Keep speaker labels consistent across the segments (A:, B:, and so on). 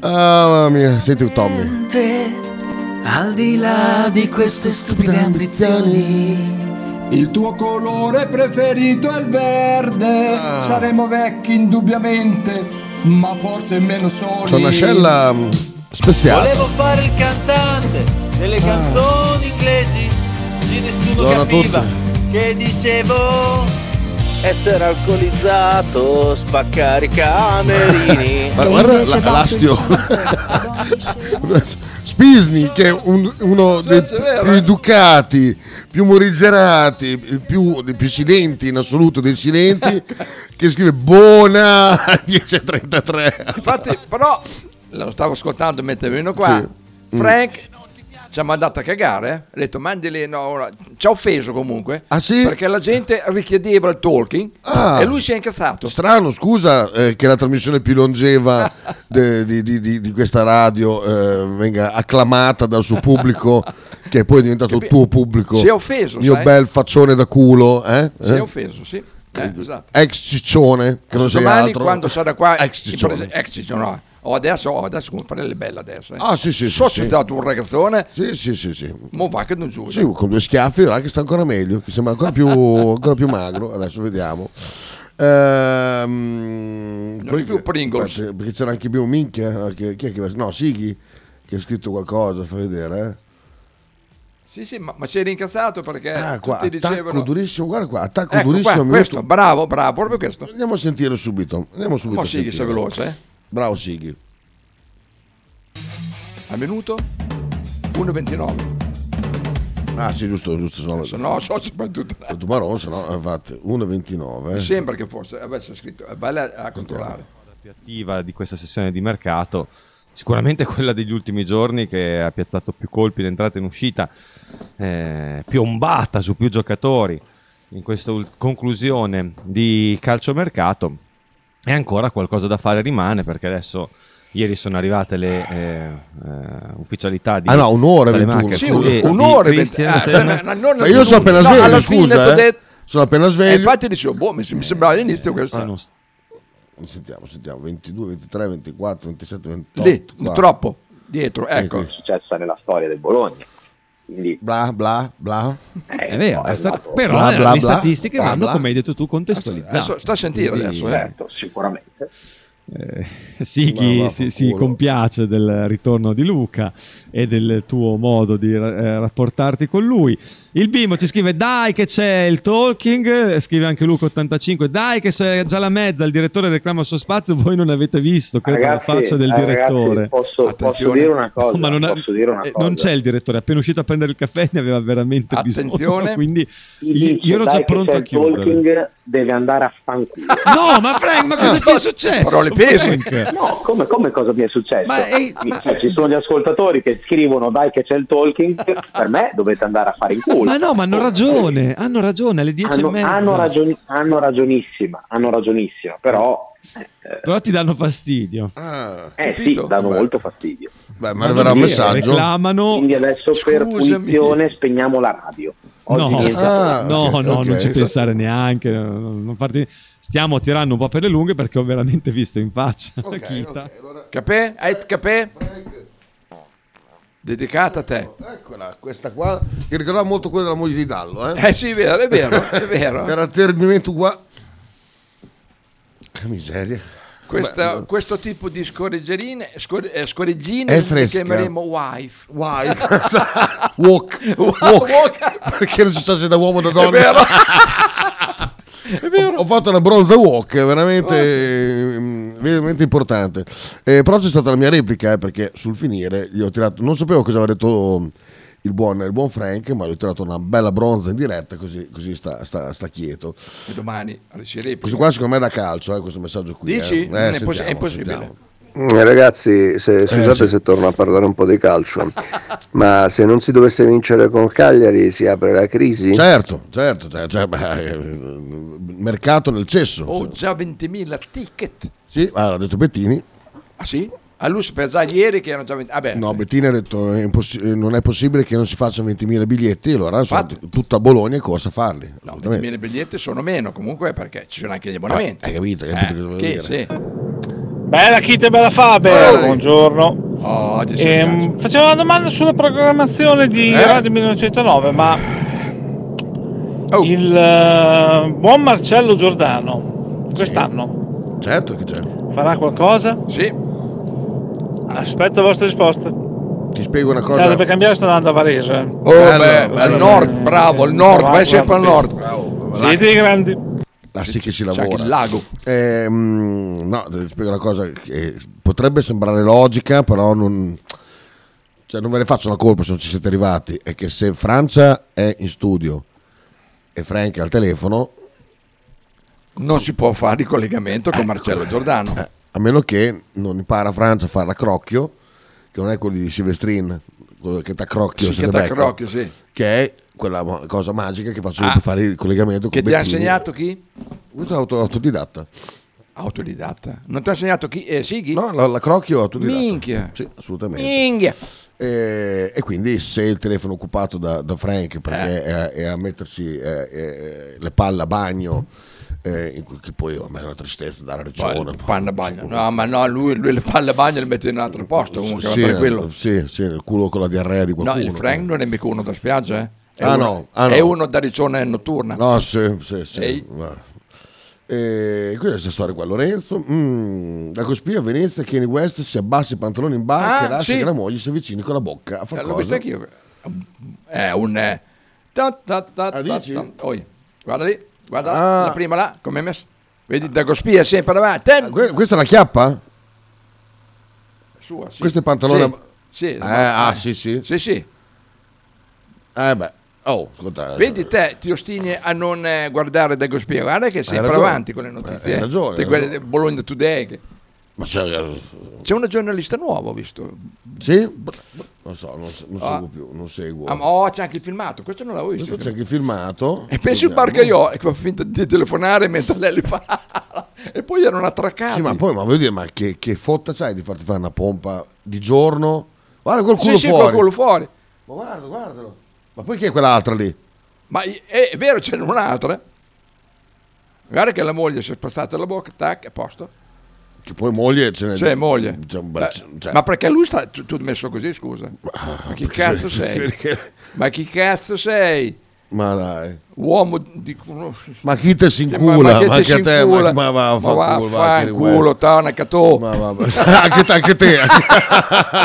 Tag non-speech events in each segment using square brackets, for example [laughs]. A: Ah, mamma mia, senti Tommy.
B: Te, al di là di queste stupide ambizioni.
C: Il tuo colore preferito è il verde.
A: Ah.
C: Saremo vecchi indubbiamente, ma forse meno soli.
A: C'è una scella mm, speziale.
D: Volevo fare il cantante delle canzoni inglesi che nessuno
A: Buongiorno Ah. a
D: capiva. Che dicevo essere alcolizzato, spaccare i camerini.
A: [laughs] Ma
E: E
A: guarda
E: invece
A: la-
E: Babbo
A: l'astio. [laughs] Spisni, che è un- uno dei più educati, più morigerati, il più, dei più silenti in assoluto dei silenti, che scrive Buona [laughs] 10.33.
F: Infatti, però, lo stavo ascoltando mentre venivo qua.
A: Mm.
F: Frank ci ha mandato a cagare. Ha detto, mandili, no, ora- ci ha offeso comunque.
A: Ah, sì?
F: Perché la gente richiedeva il talking
A: Ah.
F: e lui si è incazzato.
A: Strano, scusa eh, che la trasmissione più longeva de- di, di- di- di questa radio eh, venga acclamata dal suo pubblico, che poi è diventato il tuo pubblico.
F: Si è offeso,
A: Mio
F: sai?
A: bel faccione da culo, eh?
F: Si è
A: Eh?
F: offeso, sì. Eh, esatto.
A: Ex ciccione, che non sei
F: Domani
A: altro.
F: quando sarà qua
A: Ex
F: in
A: ciccione.
F: prese- ex ciccione, no. Oh, adesso, oh, adesso come parla bella adesso. Eh.
A: Ah, sì, sì, sì,
F: So
A: sì.
F: c'è dato un ragazzone,
A: Sì, sì, sì, sì.
F: mo va che non giuro.
A: Sì, con due schiaffi, là che sta ancora meglio, che sembra ancora più, ancora più magro. Adesso vediamo. Ehm,
F: è
A: poi-
F: più Pringles.
A: aspetta, perché c'era anche Bio Minchia. eh, Che, chi è che, no, Sighi che ha scritto qualcosa, fa vedere. eh.
F: Sì, sì, ma, ma si era incazzato perché
A: Eh. Ah, qua,
F: tutti
A: attacco
F: dicevano...
A: durissimo, guarda qua, attacco
F: Ecco
A: durissimo.
F: qua,
A: al minuto-
F: questo, bravo, bravo, proprio questo.
A: Andiamo a sentire subito. Andiamo subito.
F: Ma
A: a
F: sì, che
A: sentire.
F: sei veloce, eh.
A: Bravo Sighi.
F: Al minuto 1.29.
A: Ah, sì, giusto, giusto. Se no,
F: Se no, so ci fa tutta la...
A: Tu Maron, se no, infatti, 1,29. eh.
F: Mi sembra che fosse, avesse scritto, eh, vai là a controllare.
G: più attiva di questa sessione di mercato sicuramente [laughs] quella degli ultimi giorni che ha piazzato più colpi in entrata e in uscita eh, piombata su più giocatori in questa ul- conclusione di calciomercato e ancora qualcosa da fare rimane perché adesso ieri sono arrivate le eh, eh, ufficialità di
A: Ah, no, un'ora e
G: Saelemaekers
A: 21.
G: e
F: Sì,
G: di
F: un'ora e venti-
A: eh,
G: Christensen.
F: ah, cioè, non-
A: Ma io sono appena
F: no,
A: sveglio,
F: alla fine
A: scusa,
F: t'ho
A: eh.
F: detto-
A: Sono appena
F: E
A: sveglio.
F: infatti dicevo, boh, mi, mi sembrava all'inizio questo.
G: Ah, non sta-
A: Sentiamo, sentiamo, 22, 23, 24, 27, 28.
F: Lì,
A: qua.
F: troppo, dietro, ecco.
A: qui.
H: successa nella storia del Bologna. Quindi
A: Ah, Bla bla bla.
H: eh,
G: è vero, è sta-
H: arrivato-
G: però
A: Bla, bla,
G: le
A: bla,
G: statistiche
A: bla,
G: vanno,
A: bla.
G: come hai detto tu, contestualizzate.
F: Adesso, sta a sentire
G: Quindi-
F: adesso, eh.
H: certo, sicuramente.
G: Eh, Sighi
A: Ma va,
G: si,
A: fa
G: si
A: culo.
G: compiace del ritorno di Luca e del tuo modo di eh, rapportarti con lui. Il bimbo ci scrive: Dai, che c'è il talking. eh, Scrive anche Luca85. Dai, che c'è già la mezza. Il direttore reclama il suo spazio. Voi non avete visto, credo, la faccia del
H: ragazzi,
G: direttore.
H: Posso, posso
F: Attenzione.
H: dire una
G: No,
H: cosa?
G: ma non, ha-
H: posso dire una
G: eh,
H: cosa?
G: non c'è il direttore, è appena uscito a prendere il caffè ne aveva veramente bisogno.
F: Attenzione.
G: [laughs] Quindi
H: Chi
G: io,
H: dice,
G: io ero già
H: dai, che
G: pronto
H: c'è
G: a
H: il
G: chiudere. Ah,
H: Talking deve andare a fanculo.
G: No, ma Frank, ma cosa ti è successo?
F: Parole pesi.
G: Frank?
H: No, come, come cosa mi è successo?
G: Ma, eh, ma-
H: Cioè, ci sono gli ascoltatori che scrivono dai che c'è il
F: [laughs]
H: talking, per me dovete andare a fare in culo.
G: Ma no, ma hanno ragione, Eh, hanno ragione, alle 10
H: Hanno,
G: e mezza.
H: hanno ragion- hanno ragionissima, hanno ragionissima, però eh,
G: Però ti danno fastidio.
A: Ah,
H: eh, sì,
F: capito?
H: danno
A: Beh.
H: molto fastidio.
A: beh, ma arriverà un
G: Vanno via,
A: messaggio.
G: Reclamano.
H: Quindi adesso per
F: Scusami.
H: punizione spegniamo la radio. Oggi
G: No.
H: niente
A: Ah,
G: No,
A: ok,
G: no,
A: ok.
G: non ci pensare neanche. non- non farti- Stiamo tirando un po' per le lunghe perché ho veramente visto in faccia
A: Ok,
G: la chita.
A: ok, allora,
F: Capè? Hai capè? Dedicata a te.
A: eccola, questa qua che ricordava molto quella della moglie di Dallo, eh?
F: Eh sì, è vero, è vero,
A: [laughs]
F: è vero.
A: Era terminamento uguale. Che miseria.
F: Questa- questo tipo di scorreggerine, scor- eh, scorreggine
A: È
F: le
A: fresca.
F: chiameremo wife. [laughs]
A: Wife. Esatto. Walk. Walk. Perché non si sa se da uomo o da
F: È
A: donna.
F: vero,
A: Ho fatto una bronza walk, veramente, ehm, veramente importante. Eh, però c'è stata la mia replica, eh, perché sul finire gli ho tirato. Non sapevo cosa aveva detto mm, il buon, il buon Frank, ma gli ho tirato una bella bronza in diretta, così, così sta, sta- sta quieto.
F: E domani riuscirei.
A: Questo qua, secondo me, è da calcio, eh, questo messaggio qui.
F: Dici?
A: eh. Eh,
F: Non è
A: sentiamo,
F: poss- è impossibile.
A: sentiamo.
I: Eh, Ragazzi, se, scusate
A: Eh, sì.
I: se torno a parlare un po' di calcio, ma se non si dovesse vincere con Cagliari si apre la crisi?
A: Certo, certo, cioè, cioè, beh, eh, mercato nel cesso.
F: Ho già 20.000 ticket.
A: Sì, ah, l'ha detto Bettini.
F: Ah sì? A lui sapeva già ieri che erano già Ah, 20.000. Vabbè,
A: No, Bettini ha detto è impossi- eh, non è possibile che non si facciano 20.000 biglietti, allora insomma,
F: Infatti.
A: tutta Bologna è corsa a farli.
F: no,
A: assolutamente.
F: 20.000 biglietti sono meno comunque perché ci sono anche gli
A: Vabbè, eh,
F: abbonamenti.
A: Hai capito? Hai capito cosa voglio
F: Che
A: dire?
F: sì.
E: Bella Kit e bella Faber,
F: Ehi.
E: buongiorno.
F: Oh, oggi sei in
E: Ehm, facevo una domanda sulla programmazione di
F: Eh?
E: Radio 1909, ma
F: Oh.
E: il eh, buon Marcello Giordano quest'anno
A: Certo che c'è.
E: farà qualcosa?
F: giro. Sì.
E: Aspetto la vostra risposta.
A: Ti spiego una cosa.
E: Sarebbe per cambiare sto andando a Varese.
F: Oh,
A: Bello,
F: beh,
A: bello.
F: al nord, bravo, al nord, vai sempre al nord.
E: Siete dei grandi.
A: Ah, sì che si
F: C'è anche
A: lavora.
F: il lago.
A: Ehm, no, ti spiego una cosa che eh, potrebbe sembrare logica, però non, cioè, non ve ne faccio la colpa se non ci siete arrivati. È che se Francia è in studio e Frank è al telefono,
F: Non si può fare il collegamento con Marcello Giordano.
A: Ecco. eh, a meno che non impara Francia a fare la crocchio, che non è quello di Silvestrin, quello che t'accrocchio,
F: Sì,
A: se
F: che
A: te becco,
F: t'accrocchio, sì.
A: che è quella mo- cosa magica che faccio io
F: Ah.
A: per fare il collegamento
F: Che
A: con
F: ti ha
A: Bettini.
F: insegnato chi?
A: Questo è auto- autodidatta.
F: Autodidatta. Non ti ha insegnato chi? Eh, Sighi?
A: No, la, la crocchio è autodidatta.
F: Minchia.
A: Sì, assolutamente.
F: Minghia.
A: Eh, E, quindi se il telefono è occupato da, da Frank
F: Eh.
A: perché è, a- è a mettersi eh, eh, le palle a bagno, eh, in cui- che poi a me è una tristezza dare ragione.
F: Poi, panna bagna. No, ma no, lui, lui le palle bagna le mette in un altro posto, comunque,
A: sì, eh,
F: va tranquillo.
A: Sì, sì, il culo con la diarrea di
F: No,
A: qualcuno.
F: il Frank non è mica uno da spiaggia, eh. È,
A: Ah,
F: uno,
A: no, ah, no.
F: è uno da riccione notturna.
A: No, sì, sì, sì.
F: Ehi.
A: va. E quindi questa storia qua, Lorenzo, mm, da Cospia a Venezia, Kanye West si abbassa i pantaloni in
F: Ah,
A: barca e lascia
F: sì.
A: che la moglie si avvicini con la bocca a
F: Eh,
A: far
F: L'ho visto
A: cosa?
F: anch'io. È un... eh, ta, ta, ta, ta,
A: Ah, dici?
F: ta. Oi, guarda lì, guarda
A: Ah.
F: la prima là, come è messa. Vedi, da Gospia è sempre davanti.
A: Ah, que- Questa è la chiappa?
F: Sua, sì.
A: questo è il pantalone
F: Sì,
A: a-
F: sì,
A: Eh,
F: ma-
A: ah, sì, sì.
F: Sì, sì.
A: Eh beh, oh, ascolta.
F: Vedi te, ti ostini a non eh, guardare da Gospia. Guarda che sei sempre
A: ragione.
F: avanti con le notizie.
A: Hai
F: eh.
A: ragione,
F: Te
A: hai
F: guardi
A: ragione.
F: Bologna Today. che-
A: Ma se- eh,
F: C'è una giornalista nuova, ho visto.
A: Sì? Non so, non, se- non
F: Ah.
A: seguo più, non seguo.
F: Ah, ma- oh, c'è anche il filmato, questo non l'avevo visto.
A: Questo c'è anche il filmato.
F: E pensi un
A: Vediamo.
F: barcaiolo che fa finta di telefonare mentre lei li
A: [laughs]
F: parla. E poi erano attraccati.
A: Sì, ma poi, ma voglio dire, ma che, che fotta c'hai di farti fare una pompa di giorno? Guarda col culo
F: Sì, sì,
A: fuori.
F: col culo fuori.
A: Ma guarda, guardalo. Ma poi chi è quell'altra lì?
F: Ma i- eh, è, è vero, c'era un'altra. Guarda che la moglie si è spazzata la bocca, tac, a posto.
A: Che poi moglie ce n'è.
F: Cioè, moglie.
A: C'è un bel-
F: Ma,
A: cioè-
F: ma perché lui sta tu, tu messo così, scusa? Ma chi
A: [laughs]
F: cazzo sei?
A: Perché-
F: Ma chi cazzo sei?
A: Ma dai.
F: Uomo di culo.
A: Ma chi te si incula? Ma, anche a te, ma, ma va a fa culo, va, che
F: culo, tanacato.
A: Ma va- [laughs] anche te, anche te.
F: [laughs]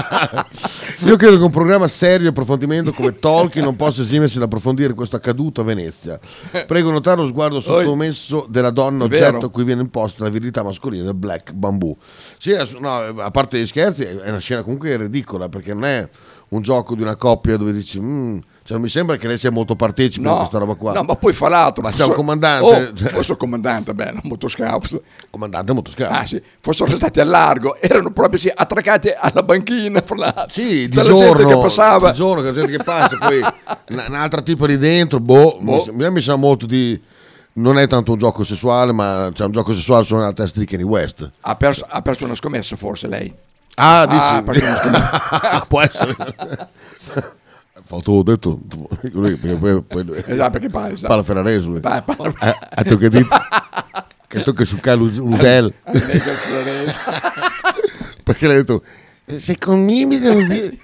A: Io credo che un programma serio e approfondimento come Tolkien non possa esimersi dall'approfondire questo accaduto a Venezia. Prego notare lo sguardo sottomesso della donna
F: È vero.
A: oggetto a cui viene imposta la virilità mascolina del Black Bamboo. Sì, adesso- no, a parte gli scherzi, è una scena comunque ridicola perché non è un gioco di una coppia dove dici "Mm", cioè, non mi sembra che lei sia molto partecipe a
F: No,
A: questa roba qua.
F: no, ma poi fa l'altro.
A: Ma c'è
F: fosse-
A: un comandante. cioè.
F: Oh, fosse un comandante, bello, un motoscafo.
A: Comandante motoscafo.
F: Ah, sì, fossero stati al largo, erano proprio sì, attraccati alla banchina. fra l'altro.
A: Sì, di
F: Tutta la
A: giorno,
F: gente che passava.
A: di giorno, che la gente che passa, poi una- un'altra tipo lì dentro, boh, mi sa- mi sa molto di... Non è tanto un gioco sessuale, ma c'è un gioco sessuale solo nella testa di Kanye West.
F: [laughs] Ha, perso, ha perso una scommessa, forse lei.
A: Ah,
F: Ah, perché non [laughs]
A: dici? [laughs] Può essere. Fa, tu ho detto, tu- lui, perché poi, poi lui-
F: Esatto, perché parla. esatto.
A: parla ferrarese lui.
F: Pa- parla-
A: Eh, Ha toccato dito. Che tocca sul calo Usel.
F: Lei che è florese.
A: perché l'ha detto se commimi Eh,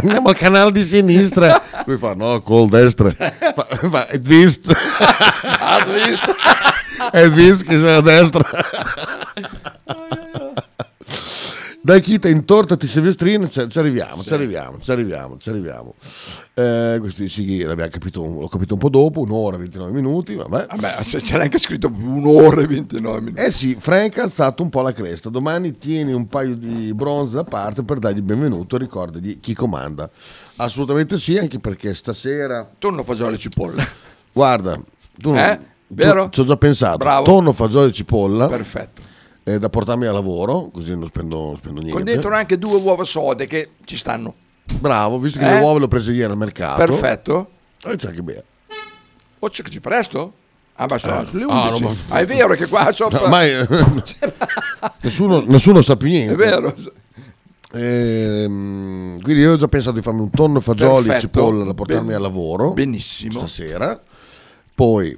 A: andiamo al canale di sinistra lui fa no col destra fa, fa "Hai visto
F: Ah, l'hai visto?
A: Hai visto che sei a destra dai Kita intortati Silvestrino ci, ci arriviamo ci arriviamo ci arriviamo ci arriviamo eh, questi sì l'abbiamo capito un- l'ho capito un po' dopo un'ora e 29 minuti vabbè
F: Vabbè, se c'era anche scritto un'ora e 29 minuti.
A: Eh sì, Frank ha alzato un po' la cresta. Domani tieni un paio di bronze da parte per dargli il benvenuto e ricordagli chi comanda. Assolutamente sì, anche perché stasera,
F: Tonno, fagioli, cipolla.
A: guarda, tu non-
F: Eh?
A: tu-
F: Vero?
A: ci ho già pensato.
F: Bravo.
A: Tonno, fagioli e cipolla
F: Perfetto.
A: eh, da portarmi a lavoro, così non spendo, non spendo niente.
F: Con dentro anche due uova sode che ci stanno.
A: Bravo, visto che
F: Eh?
A: le uova le ho prese ieri al mercato.
F: Perfetto.
A: Eh, c'è anche bene.
F: O c'è ci presto? Ah, ma sono le
A: ah,
F: 11.
A: no, ma-
F: Ah, è vero che
A: [laughs]
F: qua sopra...
A: Ormai eh,
F: [laughs]
A: nessuno, nessuno sa più niente.
F: È vero.
A: Ehm, quindi io ho già pensato di farmi un tonno fagioli e
F: Perfetto.
A: cipolla da portarmi
F: Ben-
A: al lavoro
F: benissimo.
A: stasera. Poi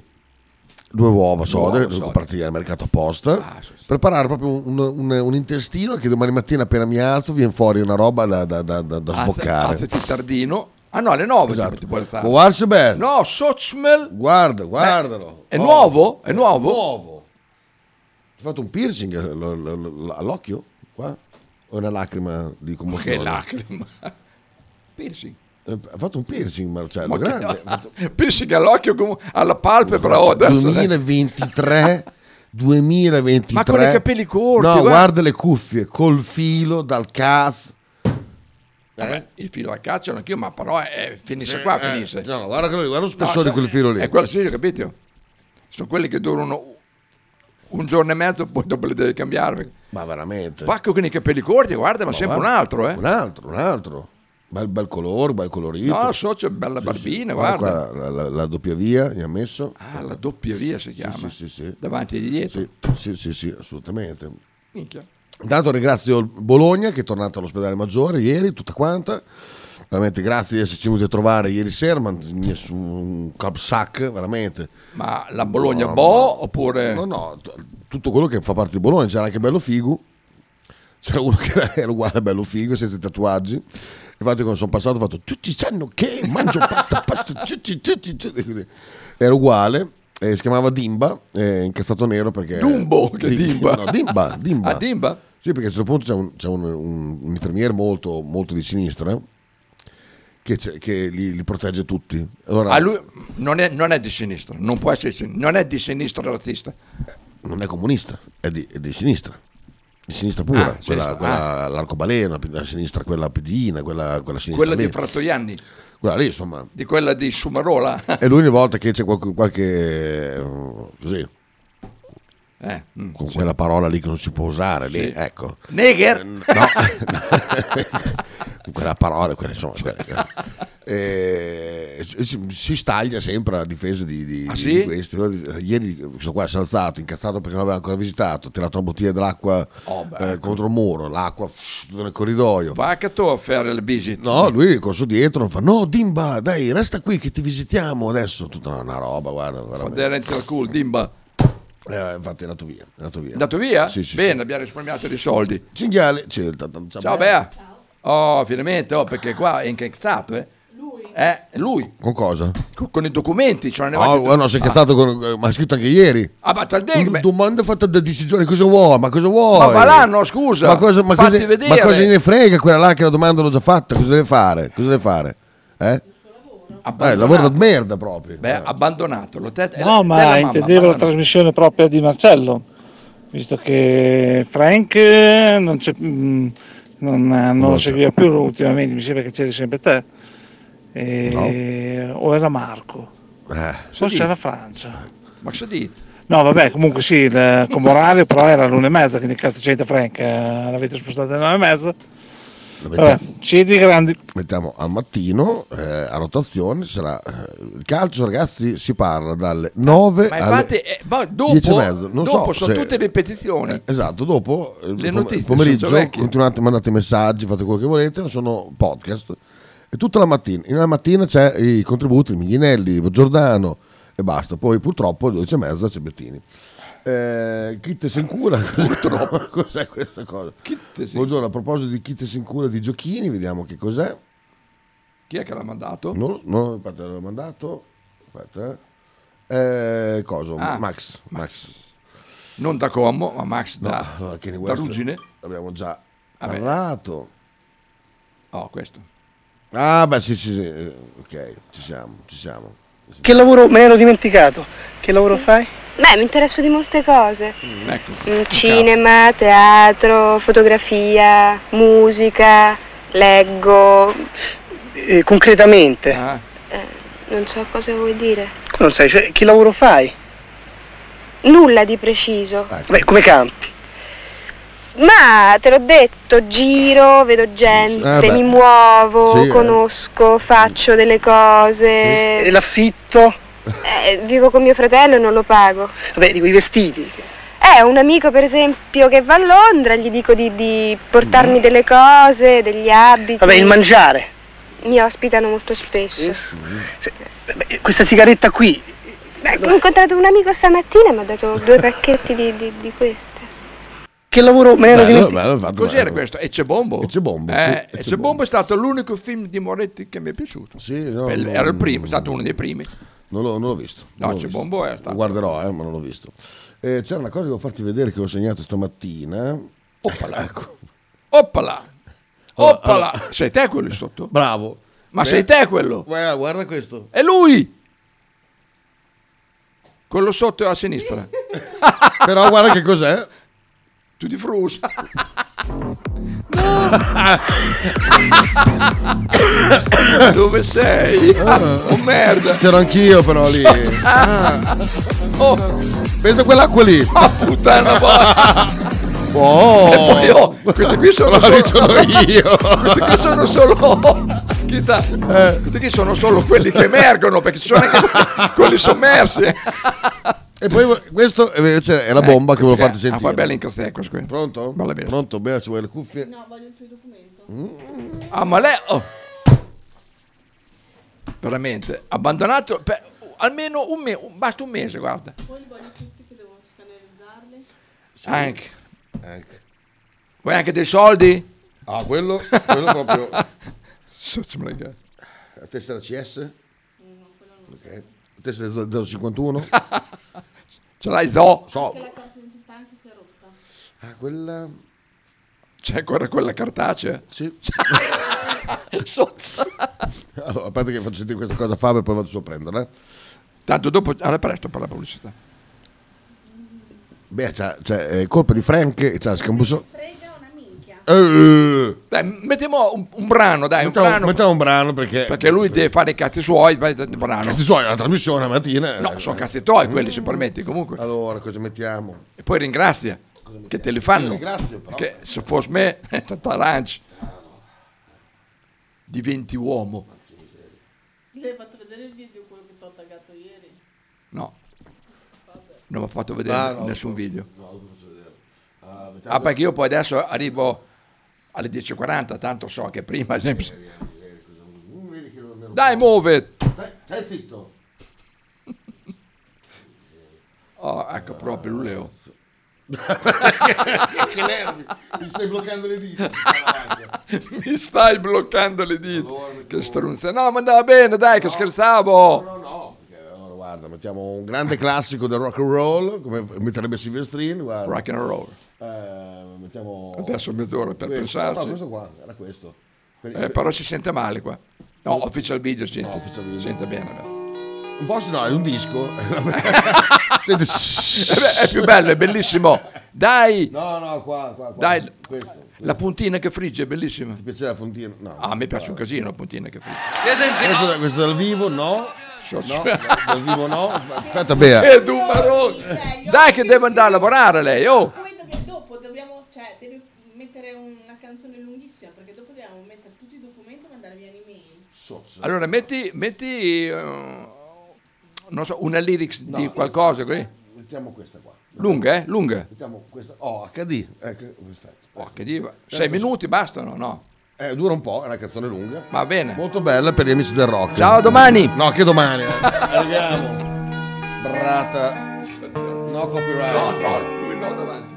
A: due uova sode,
F: uova
A: devo
F: sode.
A: partire al mercato apposta,
F: Ah, sì, sì.
A: preparare proprio un, un- un intestino che domani mattina appena mi alzo viene fuori una roba da, da, da, da,
F: Ah,
A: da sboccare.
F: Alzati il tardino. Ah no, alle 9 già ti puoi alzare.
A: Guarda se bello.
F: No, Sochmel.
A: Guarda, guardalo.
F: Eh, è
A: Oh.
F: nuovo? È nuovo?
A: Nuovo. Ti ho fatto un piercing eh, lo- lo- lo- all'occhio? Qua? O una lacrima di commozione?
F: Che lacrima. [laughs] Piercing.
A: Eh, Ha fatto un piercing Marcello,
F: Ma che-
A: grande. Ha fatto-
F: [laughs] Piercing all'occhio, come- alla palpebra. Oh, adesso, eh. [laughs]
A: 2023 2023
F: Ma con i capelli corti,
A: no
F: guarda.
A: guarda, le cuffie col filo dal cazzo
F: Vabbè, il filo a caccia anch'io, ma però è- è- finisce qua, finisce.
A: no eh, guarda, quello- guarda lo
F: No,
A: spessore
F: cioè,
A: di quel filo lì
F: È quello sì, ho capito? Sono quelli che durano un giorno e mezzo, poi dopo li devi cambiare.
A: ma veramente
F: Pacco con i capelli corti, guarda, ma
A: Ma
F: sembra
A: guarda,
F: un altro, eh.
A: un altro un altro bel, bel colore bel colorito
F: No, socio, bella barbina, guarda.
A: qua, la, la- la doppia via gli ha messo
F: Ah, la doppia via si chiama.
A: sì, sì, sì.
F: Davanti e dietro.
A: sì, sì sì sì assolutamente
F: Minchia.
A: Intanto ringrazio il Bologna che è tornata all'ospedale maggiore ieri, tutta quanta. Veramente grazie di esserci venuti a trovare ieri sera, ma nessun capsac, veramente.
F: Ma la Bologna boh,
A: No,
F: Bo oppure...
A: No, no, t- tutto quello che fa parte di Bologna, c'era anche Bello Figu, c'era uno che [laughs] era- era uguale a Bello Figu, senza tatuaggi. Infatti quando sono passato ho fatto, tutti sanno che mangio pasta, [laughs] pasta, tutti, tutti, tutti. Quindi Era uguale, eh, si chiamava Dimba, eh, incazzato nero perché...
F: Dumbo, che
A: Di-
F: Dimba.
A: no, Dimba, Dimba.
F: [laughs] Ah, Dimba?
A: Sì, perché a questo punto c'è un, c'è un- un- un infermiere molto, molto di sinistra eh, che, c'è- che li, li protegge tutti. Allora,
F: Ah, lui non è, non è di sinistra, non può essere di sinistra, non è di sinistra razzista.
A: non è comunista, è di, è di sinistra. Di sinistra pura,
F: Ah,
A: quella,
F: sinistra,
A: quella- l'arcobaleno, la sinistra, quella pedina, quella, quella sinistra
F: Quella
A: lì.
F: di Frattoianni,
A: Quella lì, insomma.
F: di quella di Sumarola.
A: [laughs] È l'unica volta che c'è qualche, qualche, eh, così,
F: Eh, mm.
A: con quella parola lì che non si può usare, lì,
F: Sì.
A: ecco.
F: Neger!
A: No, [laughs] quella parola, quella, insomma, quella- Eh, si, si staglia sempre a difesa di, di,
F: Ah,
A: di
F: sì?
A: questi. Allora, Ieri questo qua si è alzato, incazzato perché non aveva ancora visitato, ha tirato una bottiglia dell'acqua
F: Oh, beh,
A: eh,
F: ecco.
A: contro il muro, l'acqua pff, nel corridoio.
F: Vacca tu a fare il visit.
A: No, lui corso dietro, non fa no Dimba, dai, resta qui che ti visitiamo adesso. Tutta una roba, guarda, veramente.
F: Aderente al culo, dimba.
A: Eh, infatti è andato via, è andato via.
F: È Andato via?
A: Sì, sì,
F: Bene,
A: sì.
F: abbiamo risparmiato dei soldi.
A: Cinghiale, c'è-
F: Ciao Bea. Oh, finalmente, oh, perché qua è incazzato, eh. Lui? Eh, lui,
A: Con cosa?
F: co- con i documenti. Cioè ne
A: No,
F: avanti-
A: guarda, no, Oh, si è incazzato con. eh, Ma ha scritto anche ieri.
F: Ah, ma tal deg-
A: Una domanda fatta da 10 giorni, cosa vuoi? Ma cosa vuoi?
F: ma va là, no, scusa.
A: Ma cosa, ma
F: Fatti
A: cosa-
F: vedere.
A: ma cosa ne frega quella là che la domanda l'ho già fatta? Cosa deve fare? Cosa deve fare? Eh? Eh,
F: Abbandonato.
A: lavoro da merda proprio.
F: Beh,
A: Eh.
F: abbandonatelo. Te- te-
E: No,
F: te
E: ma
F: la mamma,
E: intendevo la
F: abbandonato.
E: trasmissione propria di Marcello, visto che Frank non, c'è, mm, non, non lo
A: c'è.
E: seguiva più ultimamente, mi sembra che c'eri sempre te. E- O era Marco,
A: Eh,
E: forse
F: Sì.
E: era Francia.
F: Ma cosa dite?
E: No, vabbè, comunque sì, il, come orario però era l'una e mezza, quindi cazzo c'entra Frank, eh, l'avete spostata alle nove e mezza.
A: lo
E: Vabbè,
A: mettiamo,
E: siete i grandi.
A: mettiamo al mattino eh, a rotazione. Sarà, eh, il calcio, ragazzi, si parla dalle 9
F: Ma
A: alle
F: infatti, eh, ma dopo,
A: 10 e mezzo. Non
F: dopo
A: so
F: sono
A: se-
F: tutte ripetizioni.
A: Eh, esatto, dopo eh, il pom-
F: notizie
A: pomeriggio
F: sono già vecchie.
A: continuate, mandate messaggi, fate quello che volete, sono podcast. E tutta la mattina, in la mattina c'è i contributi, Mighinelli, Giordano e basta. Poi purtroppo alle 12 e mezza c'è Bettini. Eh, Kit si [laughs] incura, purtroppo cos'è questa cosa?
F: Chi, sì.
A: Buongiorno, a proposito di Kit si incura di giochini, vediamo che cos'è.
F: Chi è che l'ha mandato?
A: No, no, aspetta, l'ho mandato. Aspetta. Eh, coso?
F: Ah,
A: Max, Max.
F: Non da Como, ma Max
A: No,
F: da,
A: allora, Kanye
F: da
A: West
F: Ruggine.
A: Abbiamo già
F: Vabbè.
A: parlato.
F: Oh, questo.
A: Ah, beh, sì, sì, sì, eh, ok, ci siamo, ci siamo.
J: Che lavoro, me l'ero dimenticato. Che lavoro fai?
K: Beh, mi interesso di molte cose.
F: Ecco.
K: Mm, Cinema, teatro, fotografia, musica, leggo.
J: Eh, concretamente,
F: Ah,
K: Non so cosa vuoi dire.
J: Tu non sai, cioè, che lavoro fai?
K: Nulla di preciso.
A: Ecco.
J: Beh, come campi?
K: Ma te l'ho detto, giro, vedo gente,
A: Eh, beh.
K: mi muovo,
A: Sì, eh.
K: conosco, faccio delle cose.
J: Eh, l'affitto?
K: Eh, vivo con mio fratello e non lo pago.
J: Vabbè, dico i vestiti.
K: Eh, un amico per esempio che va a Londra, gli dico di, di
A: Mm.
K: portarmi delle cose, degli abiti.
J: Vabbè, il mangiare.
K: Mi ospitano molto spesso.
J: Se- vabbè, questa sigaretta qui,
K: Beh, ho incontrato un amico stamattina e mi ha dato due pacchetti di, di, di queste.
J: Che lavoro me
A: Bello,
J: ne ero
A: bello, fatto
F: Cos'era
A: bello.
F: questo? Ecce Bombo?
A: Ecce Bombo, sì,
F: Eh,
A: Ecce
F: Ecce Bombo è stato l'unico film di Moretti che mi è piaciuto. Bel-
A: no,
F: era il
A: no,
F: primo, è stato uno dei primi.
A: Non l'ho, non l'ho visto.
F: No,
A: non l'ho
F: c'è
A: visto.
F: Bombo è stato.
A: Lo guarderò, eh, ma non l'ho visto. Eh, c'era una cosa che devo farti vedere che ho segnato stamattina. Eh,
F: Oppala. Oppala. Oppala. Sei te quello lì sotto?
A: Bravo.
F: Ma
A: Eh,
F: sei te quello?
A: Guarda, guarda questo.
F: È lui! Quello sotto è a sinistra.
A: [laughs] Però guarda che cos'è.
F: Tutti frusi.
A: [laughs]
F: Dove sei?
A: Ah.
F: Oh merda.
A: C'ero anch'io però lì.
D: Ah.
F: Oh,
A: Pensa a quell'acqua lì.
F: puttana boia.
A: [laughs] Oh.
F: E poi, oh, queste qui sono
A: [laughs] L'ho
F: solo
A: detto io.
F: [laughs] queste qui sono solo Chita,
A: Eh.
F: questi qui sono solo quelli che emergono perché ci sono anche quelli sommersi.
A: E poi questo eh, invece è la
F: Ecco,
A: bomba che volevo farti
F: Ah,
A: sentire.
F: fa bella in Castecos qui.
A: Pronto?
F: Bella bene.
A: Pronto? Bea, ci vuoi le cuffie? No,
F: Ah, ma lei oh. veramente abbandonato per almeno un mese, basta un mese, guarda. Anche.
A: Anche.
F: Vuoi anche dei soldi?
A: Ah,
F: [laughs]
A: quello, quello proprio.
F: Sembra
A: La testa da CS? No, quello non. La testa da- da 51?
F: [laughs] Ce l'hai Zo?
A: So. Ah, quella...
F: C'è ancora quella cartacea?
A: Sì. [laughs]
F: Sozza.
A: Allora, a parte che faccio sentire questa cosa a Fabio e poi vado su a prenderla. eh.
F: Tanto dopo alla presto per la pubblicità.
A: Beh, c'ha, c'ha, è colpa di Frank che c'ha scambusso. Eh,
F: Dai, mettiamo un, un brano, dai,
A: mettiamo,
F: un brano.
A: mettiamo un brano perché...
F: Perché lui deve fare i cazzi suoi, vai dal brano.
A: Cazzi suoi, la trasmissione la mattina... eh.
F: No, sono cazzi tuoi quelli, se permetti, comunque.
A: Allora, cosa mettiamo?
F: E poi ringrazia, che te li
A: Io
F: fanno.
A: ringrazio, però.
F: Perché se fosse me, [laughs] tanta arancia. Diventi uomo.
L: Lei ha fatto vedere il video quello che ti ho taggato ieri?
F: No. Non mi ha fatto vedere
A: Ah, no,
F: nessun video.
A: Ah, mettiamo-
F: Ah, perché io poi adesso arrivo alle 10.40, tanto so che
A: Eh,
F: prima...
A: Mm, vedi che non ero-
F: Dai, move it!
A: Stai, stai zitto.
F: Oh, ecco proprio lui. oh.
A: [laughs] che nervi, mi stai bloccando le dita.
F: Mi stai bloccando le dita. Che strunza. No, ma andava bene, dai, che scherzavo.
A: No, no, perché, allora, guarda, mettiamo un grande classico del rock and roll, come metterebbe Silvestrin, guarda.
F: Rock and roll.
A: Eh, mettiamo...
F: Adesso mezz'ora per
A: questo.
F: pensarci.
A: No, questo qua, era questo. Per-
F: Eh,
A: per-
F: però si sente male qua. No, official video, sente,
A: official video.
F: sente bene. bene.
A: Un po' se no, è
F: [laughs]
A: un disco.
F: Eh
A: Senti,
F: beh, È più bello, è bellissimo. Dai,
A: No, no, qua, qua, qua.
F: Dai.
A: Questo. Ti
F: la puntina che frigge è bellissima.
A: piace la fontina? No.
F: Ah, a me piace un casino la puntina che frigge.
A: Questo, da- questo dal vivo no.
F: So-
A: No, da- dal vivo no. Aspetta, Bea.
F: Ed un marrone. Dai che deve andare a lavorare lei, oh.
L: Momento che dopo dobbiamo, cioè, devi mettere una canzone lunghissima perché dopo dobbiamo mettere tutti i documenti e mandare via un'email.
F: Allora, metti, metti eh, non so, una lyrics di qualcosa qui.
A: Mettiamo questa qua.
F: Lunga, eh? Lunga.
A: Mettiamo questa. Oh, HD. Ecco, perfetto.
F: Oh, che diva. Sei minuti bastano, no?
A: Eh, dura un po', è una canzone lunga.
F: Va bene.
A: Molto bella per gli amici del rock.
F: Ciao, domani.
A: No, che domani. eh.
F: [laughs]
A: Arriviamo. Brata. No copyright.
F: No, no, lui no davanti.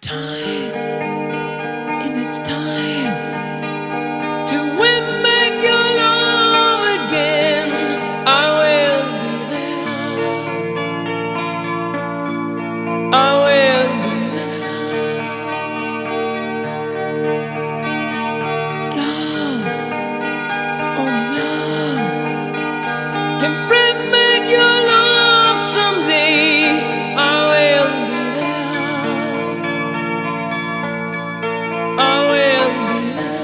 B: time in its time to win make your love again I will be there I will be there love only love can remake your love someday I will be there I will be there.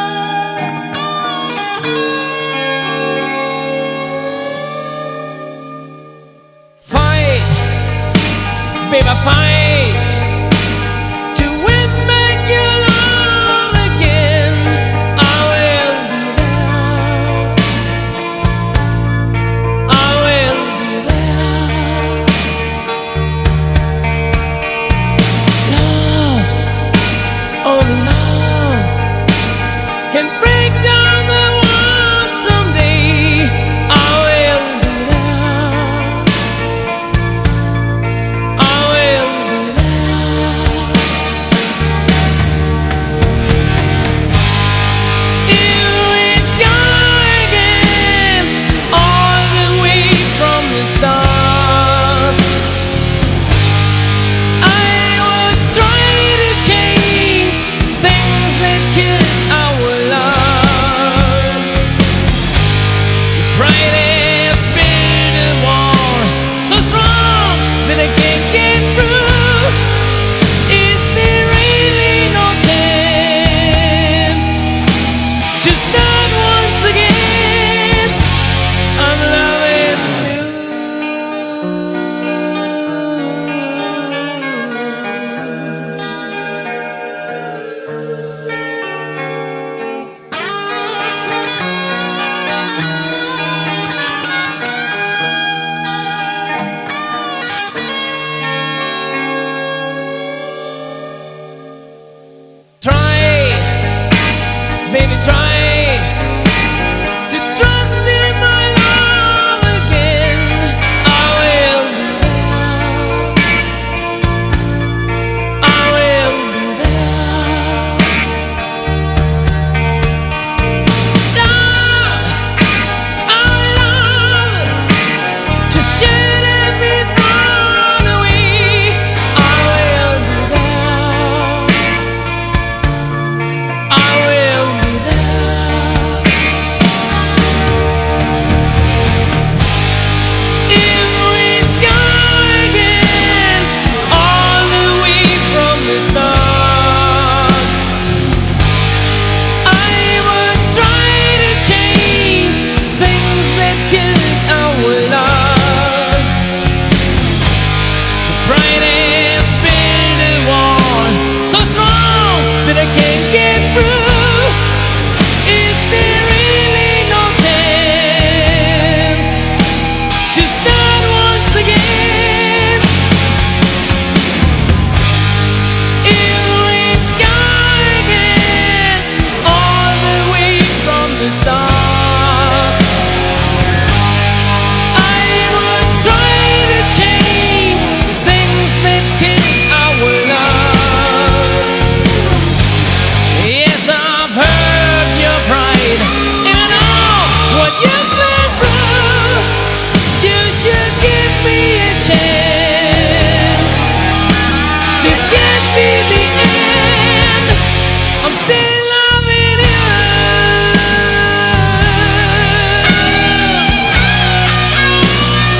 A: Brata.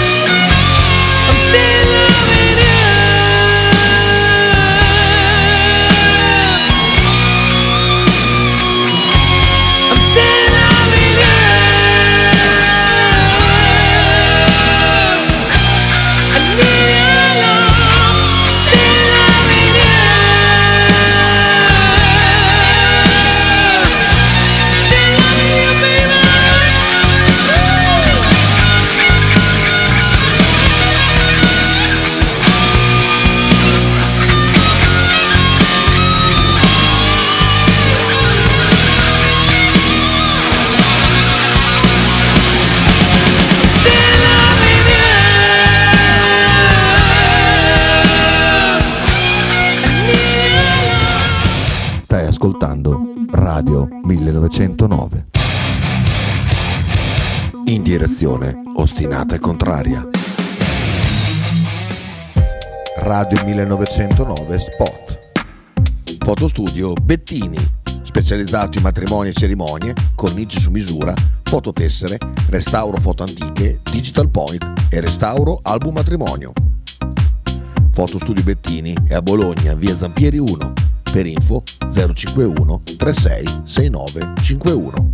M: I'm still loving you. I'm still loving you. I need your love. Still loving you. Still loving you, baby. Woo.
N: Stai ascoltando Radio 1909. In direzione ostinata e contraria. Radio 1909 Spot.
A: Fotostudio Bettini, specializzato in matrimoni e cerimonie, cornici su misura, fototessere, restauro foto antiche, digital point e restauro album matrimonio. Fotostudio Bettini è a Bologna, via Zampieri 1, per info 051 36 69 51.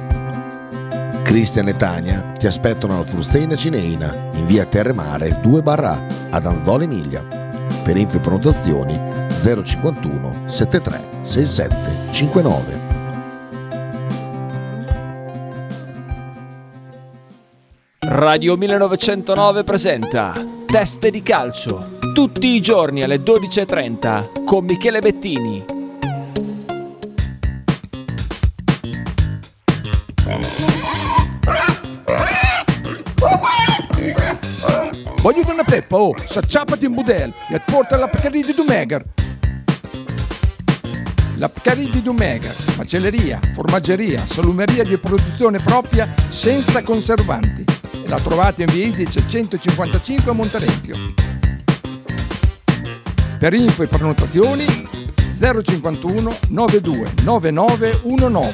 A: Cristian e Tania ti aspettano alla Fruzeina Cineina in via Terremare 2 barra ad Anzola Emilia. Per info e prenotazioni 051 73 67 59.
O: Radio 1909 presenta Teste di calcio, tutti i giorni alle 12.30 con Michele Bettini.
F: Voglio una peppa, oh, s'acciappati in budel e porta la Pcaridi di Dumegar. La Pcaridi di Dumegar, macelleria, formaggeria, salumeria di produzione propria senza conservanti. E la trovate in via Idice 155 a Monterezio. Per info e prenotazioni 051 92 9919.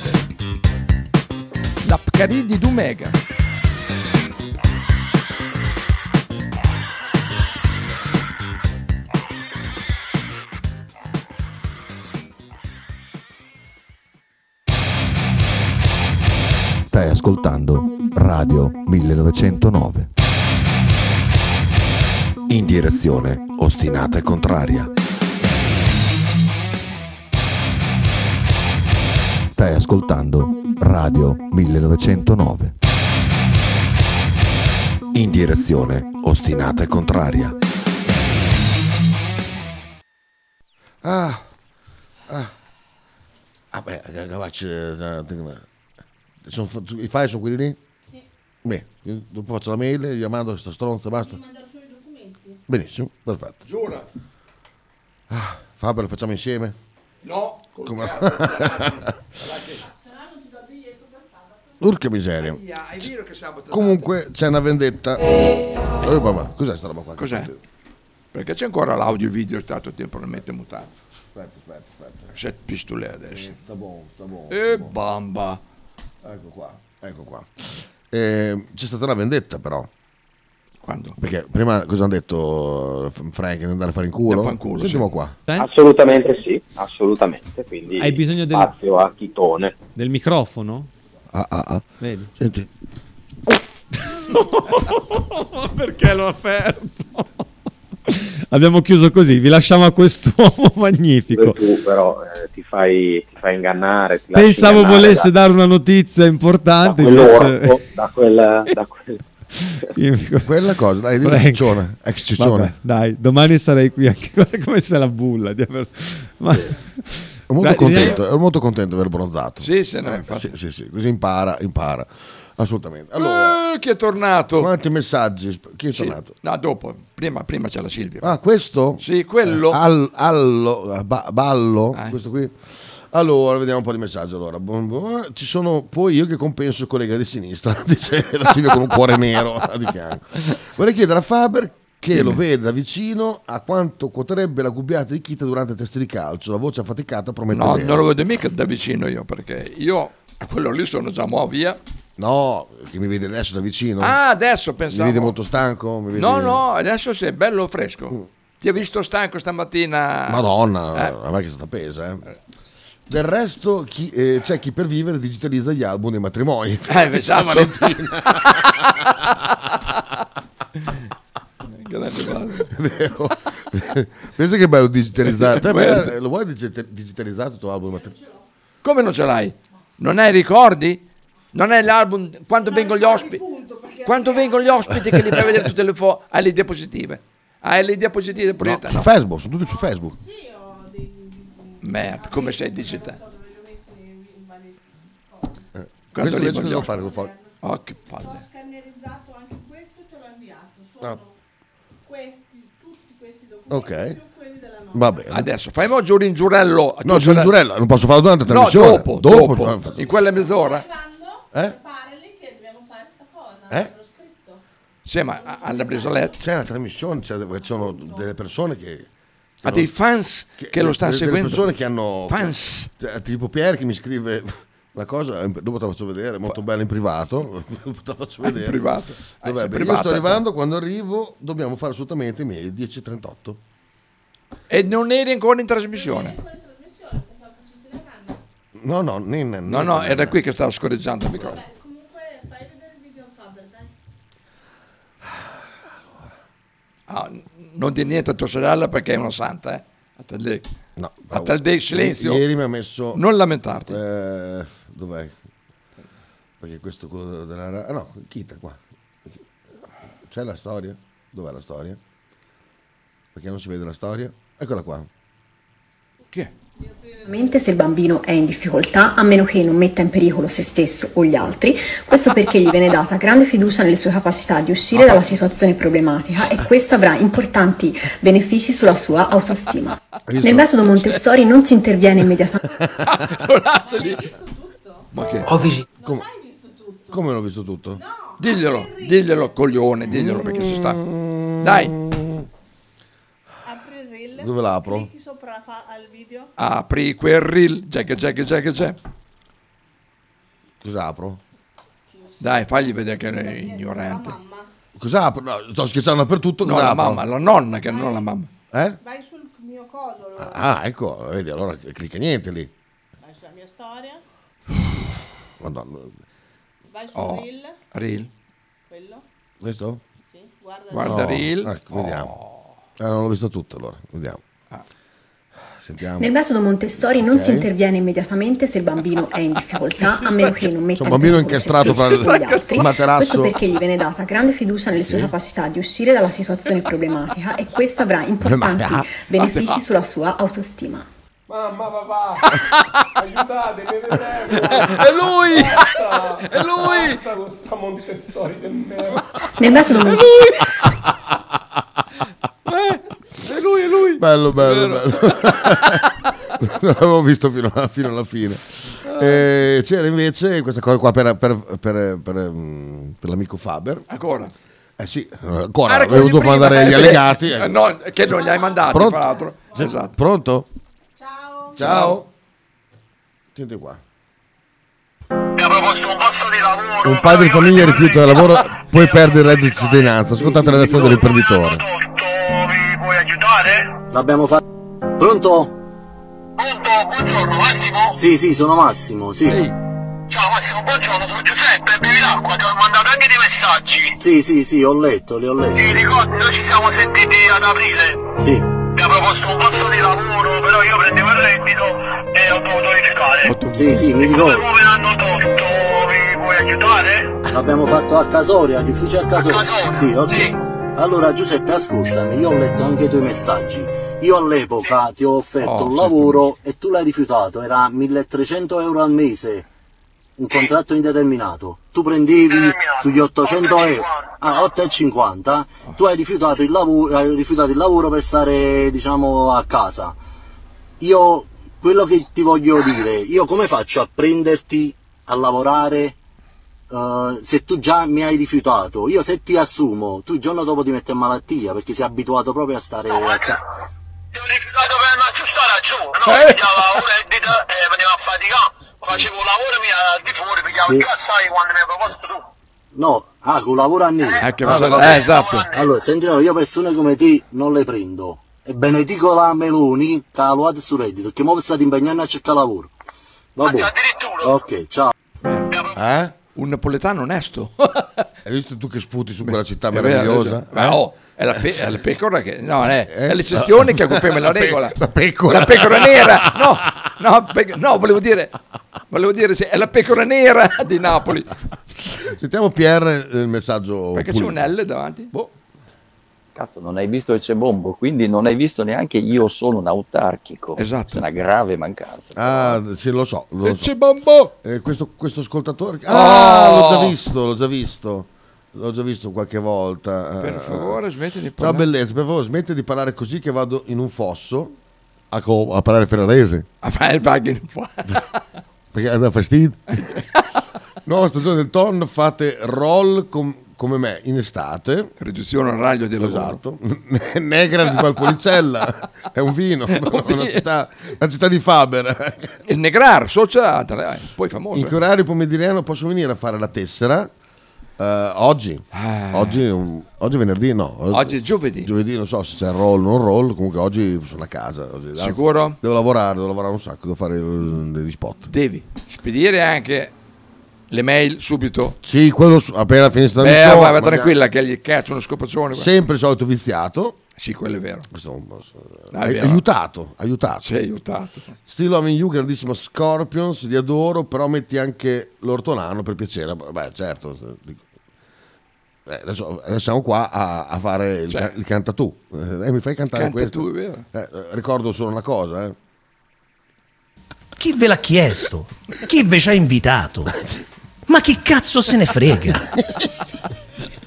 F: La Pcaridi Dumegar.
N: Stai ascoltando Radio 1909. In direzione ostinata e contraria. Stai ascoltando Radio 1909. In direzione ostinata e contraria.
A: Ah, ah. Ah beh, Gavacci, sono, i file sono quelli lì? Sì. Beh, io dopo faccio la mail, gli mando questa stronza, basta. Benissimo, perfetto.
P: Giura?
A: Ah, Fabio, lo facciamo insieme?
P: No, col
A: Come-
P: cazzo. cioè,
A: Urca miseria.
P: Aia, è vero che sabato
A: Comunque c'è una vendetta. Eh, mamma, cos'è sta roba qua?
P: Cos'è? Perché c'è ancora l'audio e il video è stato temporaneamente mutato.
A: Aspetta, aspetta, aspetta.
P: Set pistole adesso.
A: Eh, Sta buono, sta buono.
F: Eh,
P: E bamba.
A: Ecco qua, ecco qua. Eh, c'è stata una vendetta però.
P: Quando?
A: Perché prima cosa hanno detto eh, Frank di andare a fare in culo?
P: Vaffanculo,
A: Sentiamo
P: sì.
A: qua.
H: Assolutamente sì, assolutamente. Quindi
G: Eh? Hai bisogno del-
H: spazio a Chitone.
G: Del microfono?
A: Ah, ah, ah.
G: Vedi?
A: Senti.
G: Perché l'ho aperto?
D: [laughs]
G: Abbiamo chiuso così, vi lasciamo a quest'uomo [laughs] magnifico.
H: Pure tu però eh, ti, fai, ti fai ingannare. Ti lasci
G: Pensavo
H: ingannare
G: volesse
H: da,
G: [laughs] dare una notizia importante. invece- [laughs]
H: quell'orco, da, quel, da quel
A: Quella cosa, dai,
Q: Frank.
A: dai, ciccione, ex
Q: Vabbè,
A: ciccione.
Q: dai, domani sarei qui
G: [laughs]
Q: anche guarda come se la bulla. di aver- Ma...
A: È molto,
Q: Dai,
A: contento, è molto contento di aver bronzato.
F: Sì, sì, no,
A: Eh,
F: infatti.
A: sì, sì, sì, così impara, impara. Assolutamente. Allora,
F: Eh, chi è tornato?
A: Quanti messaggi? Chi è
F: Sì.
A: tornato?
F: No, dopo, prima, prima c'è la Silvia.
A: Ah, questo?
F: Sì, quello. Ah.
A: Eh, al- allo- eh, ba- ballo, questo qui. Allora, vediamo un po' di messaggio. Allora, Bum, bum. ci sono poi io che compenso il collega di sinistra, [laughs] dice la Silvia con un cuore nero [laughs] di fianco. Vorrei chiedere a Faber che lo vede da vicino a quanto quoterebbe la gubbiata di Kita durante i test di calcio. La voce affaticata promette
F: No,
A: bene.
F: non lo vedo mica da vicino io, perché io a quello lì sono già mo' via.
A: No, che mi vede adesso da vicino.
F: Ah, adesso
A: Mi vede
F: pensavo.
A: molto stanco? Mi vede- Mm.
F: No, no, adesso sei bello fresco. Ti ho visto stanco stamattina.
A: Madonna,
F: Eh,
A: ormai che è stata pesa, eh. Del resto chi- eh, c'è chi per vivere digitalizza gli album dei matrimoni. Esatto.
F: Eh, beh, ciao
A: [laughs]
F: Valentina. Grande Vale.
A: Vero. Pensa che bello digitalizzare. Te, beh, lo vuoi digita- digitalizzato il tuo album dei matrimoni?
F: Come non ce l'hai? Non hai ricordi? Non hai l'album? Quando vengono gli ospiti? Quando vengono gli ospiti che li fai vedere tutte le foto? Hai le diapositive? Hai le diapositive proiettate?
A: Su Facebook, sono tutti su Facebook.
F: Merda, come sei digitale?
A: Eh,
F: Quando
A: Questo
F: li
A: invece devo
F: voglio-
A: fare col fo-
F: Oh, che palle.
L: scannerizzato anche questo e te l'ho inviato. Sono
A: Ah,
L: questi, tutti questi documenti.
A: ok. Va bene.
F: Adesso fai mo' giù un giurello. a
A: No,
F: tua
A: giù in
F: sorella.
A: giurella, non posso farlo durante la
F: No,
A: trasmissione. cioè,
F: dopo, dopo, in quella mezz'ora.
A: Eh? Eh?
F: Sì, ma a- alla brisoletta.
A: C'è una trasmissione, c'è- ci sono delle persone che...
F: Ha Ah, dei fans che lo stanno
A: delle
F: seguendo.
A: persone che hanno...
F: Fans.
A: Cioè, tipo Pier che mi scrive la cosa, eh, dopo te la faccio vedere, molto bella in privato. [laughs] dopo te la faccio
F: Ah, in
A: vedere.
F: privato. Ah,
A: Dov'è?
F: sei
A: Beh,
F: privata,
A: io sto arrivando, quando arrivo dobbiamo fare assolutamente i miei 10.38.
F: E non eri ancora in trasmissione.
A: No, no, nin, nin,
F: No, no,
A: nin.
F: era qui che stava scorreggiando il microfono. Ah, n- non di niente a tua sorella perché è una santa, eh. A te lì.
A: No,
F: a te lì, silenzio.
A: Ieri mi ha messo...
F: Non lamentarti.
A: Eh, dov'è? Perché questo è quello della... ra- Ah no, Kita qua. C'è la storia? Dov'è la storia? Perché non si vede la storia? Eccola qua.
R: Ovviamente se il bambino è in difficoltà, a meno che non metta in pericolo se stesso o gli altri, questo perché gli viene data grande fiducia nelle sue capacità di uscire dalla situazione problematica e questo avrà importanti benefici sulla sua autostima. Nel metodo Montessori non si interviene immediatamente.
F: Ma che? Ho visto.
A: Come, come l'ho visto tutto?
F: Diglielo, diglielo, coglione, diglielo perché si sta. Dai,
L: Apri il reel.
F: Dove l'apro?
L: Clicchi sopra la fa- al video.
F: apri quel reel. C'è che c'è che c'è che c'è.
A: Cosa apro?
F: Dai, fagli vedere che è ignorante.
A: Cosa apro? No, sto scherzando dappertutto.
F: No,
A: cosa
F: la
A: apro?
F: mamma, la nonna che non la mamma.
A: Eh?
L: Vai sul mio coso, lo-
A: Ah, ecco, vedi, allora clicca niente lì.
L: vai sulla mia storia.
A: Madonna.
L: Vai sul
A: Oh,
L: reel.
F: Reel.
L: Quello.
A: Questo?
L: Sì, guarda.
F: Guarda
A: No,
F: Reel. Oh.
A: Ecco, vediamo. Ah, non l'ho visto tutto allora, vediamo.
F: Ah.
A: Sentiamo.
R: Nel metodo Montessori non
A: Diciamo. Ok.
R: si interviene immediatamente se il bambino è in difficoltà, a meno che non metta
A: C'è un bambino
R: in pericolo se
A: incastrato
R: stesso
A: fra
R: o
A: il-
R: gli altri.
A: il materasso.
R: Questo perché gli viene data grande fiducia nelle sue
A: Sì.
R: capacità di uscire dalla situazione problematica e questo avrà
A: [laughs]
R: importanti
A: Ma-
R: benefici
A: Ma-
R: sulla sua autostima.
D: Mamma,
F: [laughs]
D: papà, aiutatemi,
F: È lui! È lui!
D: Basta con sta Montessori del merda.
R: Nel metodo Montessori
F: Eh, è lui, è lui.
A: Bello, bello, bello. [laughs] non l'avevo visto fino alla, fino alla fine.
F: Ah.
A: Eh, c'era invece questa cosa qua per, per, per- per, mm, per l'amico Faber.
F: Ancora.
A: Eh sì, ancora.
F: Ah, era
A: Avevo
F: quello
A: dovuto
F: di prima,
A: mandare
F: eh, [laughs]
A: gli
F: eh,
A: allegati.
F: eh, no, che non li hai mandati,
A: Pronto?
F: tra l'altro.
A: Sì,
F: Esatto.
A: Pronto? Ciao. Ciao. Senti qua. Un padre di famiglia rifiuta il lavoro, poi perde il reddito di cittadinanza. Ascoltate la reazione dell'imprenditore.
S: L'abbiamo fatto. Pronto? Pronto, buongiorno Massimo? Sì, sì, sono Massimo, sì.
D: Ciao Massimo, buongiorno, sono Giuseppe, bevi l'acqua, ti ho mandato anche dei messaggi.
S: Sì, sì, sì, ho letto, li ho
D: Ti
S: letti.
D: ricordo, noi ci siamo sentiti ad aprile.
S: Sì.
D: Ti ha proposto un posto di lavoro, però io prendevo il reddito e ho dovuto rifiutare.
S: Sì, sì, mi ricordo.
D: Come me l'hanno tolto, mi puoi aiutare?
S: L'abbiamo fatto a Casoria, agli uffici a Casoria. Sì, ok. Allora Giuseppe, ascoltami, io ho letto anche i tuoi messaggi. Io all'epoca ti ho offerto
T: Oh,
S: un
T: sì,
S: lavoro e tu l'hai rifiutato, era 1300 euro al mese, un contratto indeterminato. Tu prendevi sugli 800 euro, ah, 8,50, tu hai rifiutato, il lavoro, hai rifiutato il lavoro per stare, diciamo, a casa. Io, quello che ti voglio dire, io come faccio a prenderti a lavorare Uh, se tu già mi hai rifiutato, io se ti assumo, tu il giorno dopo ti metti in malattia perché sei abituato proprio a stare a casa.
F: Eh.
S: Eh? Sì. No, ah, con lavoro a nero.
F: Eh, che va bene. Eh, esatto.
S: Allora, sentiamo, io persone come te non le prendo. E benedico la Meloni che ha lavorato sul reddito, che ora state impegnando a cercare lavoro. Vabbè. Ok, ciao.
A: Eh?
F: Un napoletano onesto.
A: [laughs] Hai visto tu che sputi su quella città
F: È vero,
A: meravigliosa? Eh?
F: hai ragione. Ma no, è la, pe- è la pecora che... No, è, è l'eccezione che accompagna la
A: pe-
F: regola.
A: [laughs] la pecora.
F: La pecora nera. No, no, pe- no, volevo dire... Volevo dire, se è la pecora nera di Napoli.
A: Boh, Sentiamo Pierre eh, il messaggio.
F: Perché c'è
A: pulito.
F: un L davanti? Boh.
U: Cazzo, non hai visto il cebombo, quindi non hai visto neanche io sono un autarchico. Esatto. C'è una grave
F: Esatto,
U: mancanza.
A: Ah, sì, lo so. Lo
U: E
A: so.
U: c'è
A: Eh, questo, questo ascoltatore. Ah,
F: Oh!
A: l'ho già visto, l'ho già visto. L'ho già visto qualche volta.
F: Per favore, smetti di
A: Ciao
F: parlare.
A: bellezza, per favore, smetti di parlare così che vado in un fosso a, co- Ecco, a parlare ferrarese.
F: A fare il bagno un po'.
A: Perché da fastidio. Nuova stagione del tonno, fate roll com- come me in estate.
F: Riduzione orario di
A: Esatto. [laughs] Negra di
F: [laughs]
A: Valpolicella, è un vino, [laughs] una, città, una città di Faber.
F: Il Negrar, socia, eh, poi famoso.
A: In che orario pomeridiano posso venire a fare la tessera? Eh, oggi. Oggi, è un- oggi è venerdì, no.
F: Ah. Oggi è giovedì.
A: Giovedì non so se c'è roll o non roll, comunque oggi sono a casa. Oggi-
F: Sicuro?
A: Devo lavorare, devo lavorare un sacco, devo fare eh, degli spot.
F: Devi spedire anche le mail subito.
A: Sì, quello su- appena finisce la
F: Beh,
A: missione,
F: vai, vai
A: magari-
F: tranquilla che gli cazzo uno scopaccione. guarda.
A: Sempre il solito viziato.
F: Sì, quello è vero.
A: Questo è un po' so-
F: Ah,
A: Ai-
F: è vero.
A: aiutato, aiutato.
F: Sei aiutato.
A: Still Loving You, grandissimo Scorpions, li adoro, però metti anche l'ortolano per piacere. Beh, certo. se- dico- Eh, adesso, adesso siamo qua a, a fare il,
F: Cioè.
A: ca- il canta tu. Eh, mi fai cantare
F: Canta
A: questo?
F: tu, è vero.
A: Eh, eh, ricordo solo una cosa, eh.
V: Chi ve l'ha chiesto? Chi ve ci ha invitato? Ma chi cazzo se ne frega?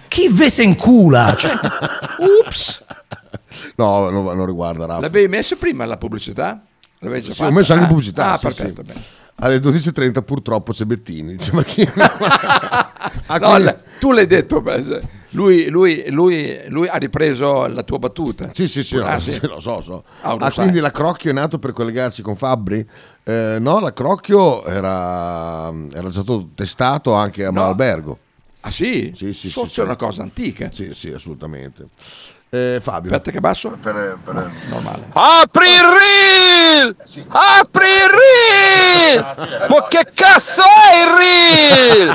V: Chi ve se incula? Cioè, ups!
A: No, non, non riguarda Rafa.
F: L'avevi messo prima la pubblicità? L'avevi già
A: Sì, ho
F: fatta?
A: messo anche
F: Ah,
A: pubblicità.
F: Ah,
A: sì,
F: perfetto.
A: sì.
F: bene.
A: Alle 12.30 purtroppo c'è Bettini. Dice, ma chi... Ah,
F: No,
A: quindi-
F: l- tu l'hai detto, beh, se- lui, lui- lui- lui ha ripreso la tua battuta.
A: Sì, sì, sì,
F: Ah,
A: no,
F: sì.
A: sì, lo so, so.
F: Ah, lo
A: Ah,
F: sai.
A: quindi la Crocchio è nato per collegarsi con Fabbri? Eh, no, la Crocchio era, era stato testato anche a Malbergo.
F: Ah sì?
A: Sì, sì,
F: So,
A: sì,
F: c'è
A: sì.
F: una cosa antica.
A: Sì, sì, assolutamente. [laughs] Eh, Fabio.
F: Aspetta che basso.
A: Normale.
W: Apri il reel!
A: Eh,
W: Apri il
A: Ah,
W: reel! Ma che cazzo è il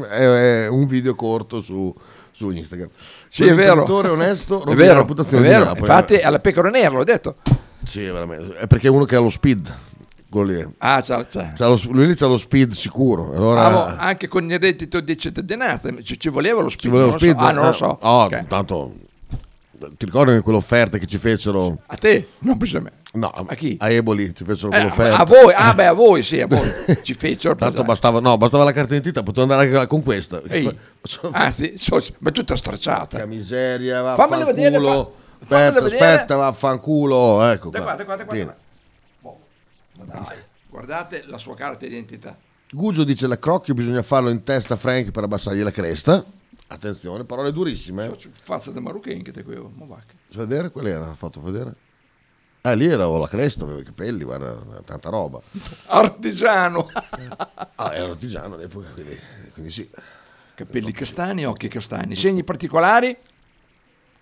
A: [laughs]
W: reel?
A: è, è un video corto su, su Instagram.
F: Sì, è vero.
A: L'imprenditore onesto
F: [laughs] è
A: rovina la
F: vero, è
A: reputazione di
F: vero.
A: Napoli.
F: Infatti alla pecora nera, l'ho detto.
A: Sì, veramente. È perché è uno che ha lo speed. quello lì.
F: Ah, c'ha- c'ha-
A: C'ha lo- lui lì c'ha lo speed sicuro. Allora...
F: Ah, boh, anche con il reddito di cittadinanza ci, ci voleva lo speed,
A: Ci voleva
F: non lo
A: speed?
F: so. Ah, non lo so.
A: No,
F: Ok.
A: tanto ti ricordi di quell'offerta che ci fecero?
F: A te? Non penso a me.
A: No, a chi? A Eboli ci fecero
F: Eh,
A: quell'offerta.
F: a voi, ah beh, a voi sì, a
A: [laughs]
F: voi. Ci fecero
A: Tanto
F: pesare.
A: bastava, no, bastava la carta d'identità, potevo andare anche con questa. [laughs]
F: Ehi, anzi, so- ma tutta stracciata.
A: Che miseria,
F: Fammelo vedere,
A: vaffanculo.
F: fa- fammelo
A: Aspetta,
F: vedere.
A: aspetta, vaffanculo. Ecco qua.
F: Dai, guarda, guarda, guarda.
A: Tieni.
F: Guardate la sua carta d'identità.
A: Gugio dice la crocchio bisogna farlo in testa a Frank per abbassargli la cresta. Attenzione, parole durissime. eh.
F: Fazza da Marocchino che te qui, ma va che-
A: Faccio vedere, quella era la foto, vedere. Ah, lì era ho la cresta, avevo i capelli, guarda, tanta roba.
F: Artigiano.
A: Ah, era artigiano all'epoca, quindi, quindi sì.
F: Capelli castani, occhi castani. Segni particolari?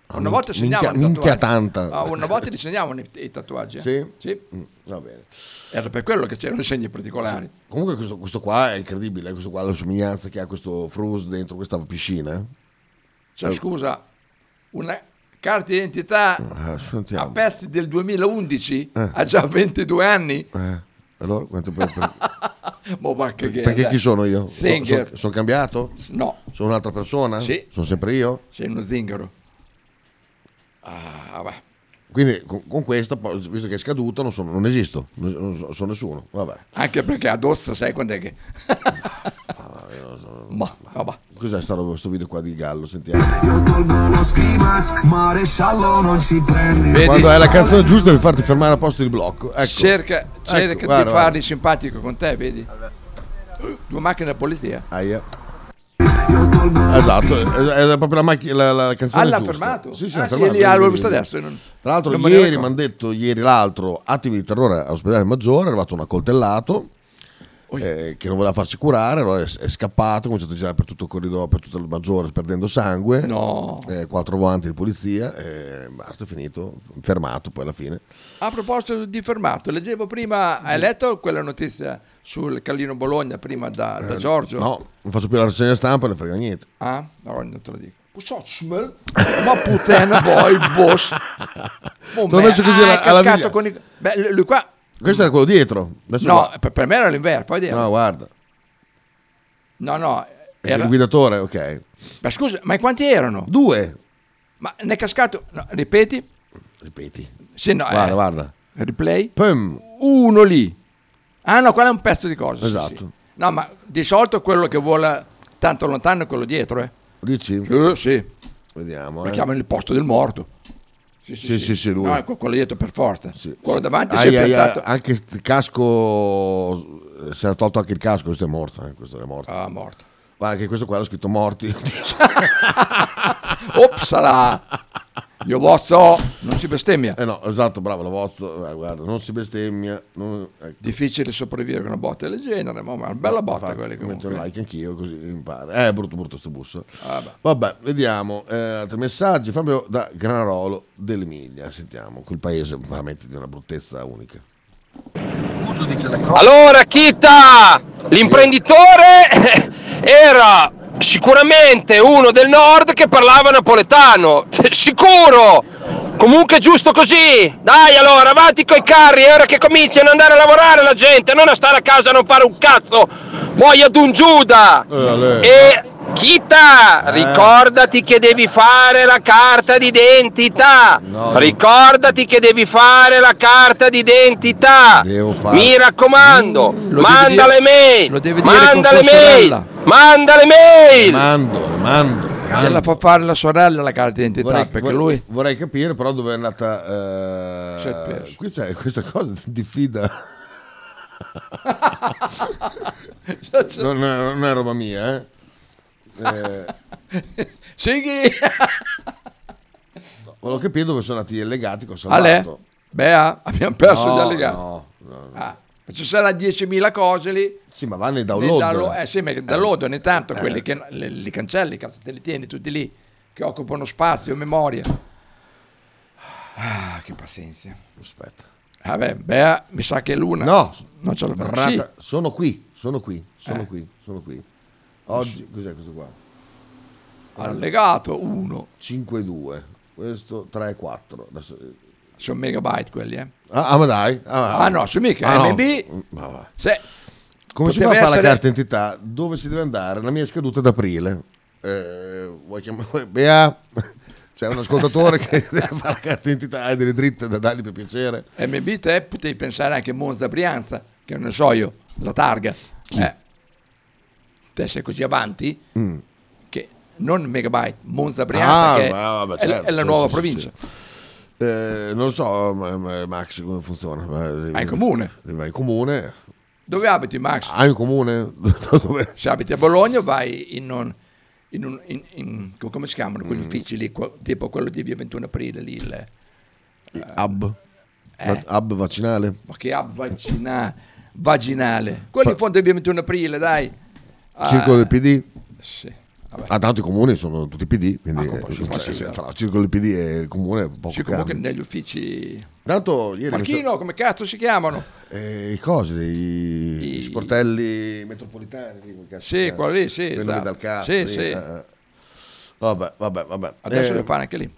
F: Una
A: minchia-
F: volta segnavano i
A: Ah, minchia- minchia
F: tatuaggi.
A: tanta.
F: Ah, una volta li segnavano i, i tatuaggi. eh.
A: Sì? Mm,
F: Sì.
A: Va bene.
F: Era per quello che c'erano i segni particolari.
A: Comunque questo, questo qua è incredibile, eh, questo qua la somiglianza che ha questo frus dentro questa piscina. eh.
F: Cioè, scusa, una carta d'identità
A: Eh,
F: a
A: sentiamo.
F: pesti del 2011
A: Eh.
F: ha già 22 anni. [laughs]
A: Eh, allora, quanto per, per-
F: Mo back again.
A: Perché chi sono io? Sono
F: Singer.
A: cambiato?
F: No.
A: Sono un'altra persona?
F: Sì.
A: Sono sempre io?
F: Sei uno zingaro. Ah, vabbè.
A: Quindi con, con questa, poi, visto che è scaduto, non, sono- non esisto, non, non so- sono nessuno. Vabbè.
F: Anche perché ad Ossa sai quando è che... Ma, vabbè.
A: Cos'è sta roba, sto video qua di Gallo? Sentiamo.
C: Tolgo lo scrivas, maresciallo non ci prendi.
A: Quando hai la canzone giusta devi farti fermare a posto il blocco. Ecco.
F: Cerca,
A: Ecco,
F: cerca di
A: guarda, guarda.
F: farli simpatico con te, vedi? Due macchine da polizia.
A: Aia. Esatto, è è proprio la, macchi- la, la canzone
F: Ah, l'ha
A: giusta.
F: fermato?
A: Sì, sì,
F: Ah,
A: l'ha
F: sì,
A: fermato.
F: lì, ah, l'ho visto adesso, io non-
A: Tra l'altro
F: non me ne
A: ieri
F: ero
A: mi hanno detto, ieri l'altro, attimi di terrore all'ospedale Maggiore, è arrivato un accoltellato eh, che non voleva farsi curare, allora è, è scappato, ha cominciato a girare per tutto il corridoio, per tutto il Maggiore, perdendo sangue.
F: No.
A: Eh, quattro volanti di polizia, eh, basta, è finito, fermato poi alla fine.
F: A proposito di fermato, leggevo prima, hai letto quella notizia sul Callino Bologna prima da, da
A: Eh,
F: Giorgio?
A: No, non faccio più la rassegna stampa, non frega niente.
F: Ah, no, non te lo dico. Ma puttana boy, boss. Oh,
A: L'ho
F: me-
A: messo così
F: ah,
A: alla-
F: è
A: alla
F: cascato
A: viglia.
F: con i... Beh, lui qua...
A: Questo era quello dietro. Adesso
F: No,
A: qua.
F: per, per me era l'inverno, poi dietro.
A: no, guarda,
F: No, no,
A: è il
F: era...
A: guidatore, ok.
F: Ma scusa, ma in quanti erano?
A: Due.
F: Ma ne è cascato... no, ripeti?
A: Ripeti.
F: Sì, no,
A: guarda,
F: eh,
A: guarda.
F: Replay?
A: Pum.
F: Uno lì. Ah no, quello è un pezzo di cosa. sì,
A: Esatto.
F: sì. No, ma di solito quello che vuole tanto lontano è quello dietro, eh.
A: Dici?
F: Sì, sì.
A: Vediamo.
F: Lo
A: eh.
F: chiamano il posto del morto. Sì, sì,
A: Sì, sì, sì, lui.
F: No, quello dietro per forza. Quello davanti si
A: Ai,
F: è
A: ai, ai,
F: piantato.
A: anche il casco, eh, si era tolto anche il casco, questo è morto. eh, questo è morto.
F: Ah, morto.
A: Ma anche questo qua l'ho scritto morti.
F: Opsala! Io vostro non si bestemmia.
A: Eh no, esatto, bravo, lo vostro, eh, guarda, non si bestemmia. non- ecco.
F: Difficile sopravvivere con una botta del genere, ma ma bella botta
A: Infatti,
F: quella
A: metto
F: comunque. Ah,
A: un like anch'io così mi pare. Eh, brutto, brutto sto bus.
F: Vabbè.
A: Vabbè, vediamo. eh, altri messaggi. Fabio da Granarolo dell'Emilia. Sentiamo, quel paese veramente di una bruttezza unica.
W: Allora, Chita, l'imprenditore [laughs] eh, era sicuramente uno del nord che parlava napoletano, [laughs] sicuro. Comunque è giusto così. Dai allora, avanti coi carri, è ora che cominciano ad andare a lavorare la gente, non a stare a casa a non fare un cazzo. Muoia d'un Giuda. E Chita, ricordati che devi fare la carta d'identità. Ricordati che devi fare la carta d'identità.
A: fare.
W: Mi raccomando, manda le mail.
F: dire con
W: Manda
F: sua
W: le mail.
F: sorella.
W: Manda le mail.
A: Mando, le mando. le mando.
F: Gliela fa fare la sorella la carta d'identità
A: Vorrei,
F: perché
A: vorrei-
F: lui
A: vorrei capire però dove è andata eh,
F: Si è perso.
A: qui c'è questa cosa di fida non, è, non è roba mia eh. Eh,
F: [laughs] Sighi!
A: volevo capire dove sono andati gli allegati che ho
F: Ale?
A: salvato
F: Bea, abbiamo perso
A: No,
F: gli allegati.
A: no, no, no.
F: Ah, ci saranno 10.000 cose lì.
A: sì ma vanno
F: Nei
A: i download
F: download- eh sì, ma che download ogni tanto
A: Eh.
F: quelli che le- li cancelli, cazzo, te li tieni tutti lì, che occupano spazio, memoria. Ah, che pazienza.
A: aspetta
F: Vabbè, Bea, mi sa che è l'una.
A: no
F: non ce l'ho fatta.
A: Rata-
F: Sì.
A: sono qui sono qui sono
F: Eh.
A: qui sono qui oggi cos'è questo qua
F: Allegato 1.
A: 5 2 questo 3 4 adesso eh,
F: Sono megabyte quelli, eh.
A: Ah, ah, ma dai. Ah,
F: Ah, no, su mica,
A: no.
F: MB.
A: Ma va.
F: Se-
A: Come si fa
F: poteva
A: a fare la
F: essere-
A: carta d'identità? Dove si deve andare? La mia è scaduta ad aprile. Eh, vuoi chiamare Bea? [laughs] C'è un ascoltatore che [laughs]
F: [laughs]
A: deve fare la carta d'identità, hai delle dritte da dargli per piacere.
F: MB te potevi pensare anche Monza Brianza, che non so io, la targa. Eh. Te sei così avanti
A: Mm.
F: che non Megabyte, Monza Brianza
A: Ah,
F: che
A: ma- vabbè,
F: è,
A: certo,
F: è la
A: sì,
F: nuova
A: sì,
F: provincia.
A: sì, sì. Eh, non lo so, ma- ma- Max, come funziona. Ma-
F: Ah, in comune.
A: Vai in comune.
F: Dove abiti Max?
A: Ah, in comune? [laughs] Dove?
F: Se abiti a Bologna vai in un... in un- in- in- co- come si chiamano
A: Mm.
F: quegli uffici lì, qua- tipo quello di via 21 aprile lì, il,
A: Hub.
F: Eh.
A: Va- Hub vaccinale.
F: ma che ha vagina- vaginale, quello in fondo è via 21 aprile, dai. Ah,
A: Circolo del PD.
F: Eh sì, vabbè. Ah,
A: Ah, tanto i comuni sono tutti PD, quindi eh,
F: sì,
A: sì,
F: sì.
A: fra il circolo del PD e il comune è poco
F: Sì, comunque
A: cambia.
F: negli uffici...
A: Tanto ieri mi
F: Marchino, come cazzo si chiamano?
A: Eh, I cosi, dei
F: I-
A: sportelli metropolitani. Di quel cazzo
F: Sì,
A: si chiama.
F: quello lì, sì,
A: eh, Quello
F: esatto.
A: dal cazzo.
F: Sì,
A: lì,
F: sì.
A: eh, eh. Vabbè, vabbè, vabbè.
F: Adesso
A: Eh,
F: lo fanno anche lì.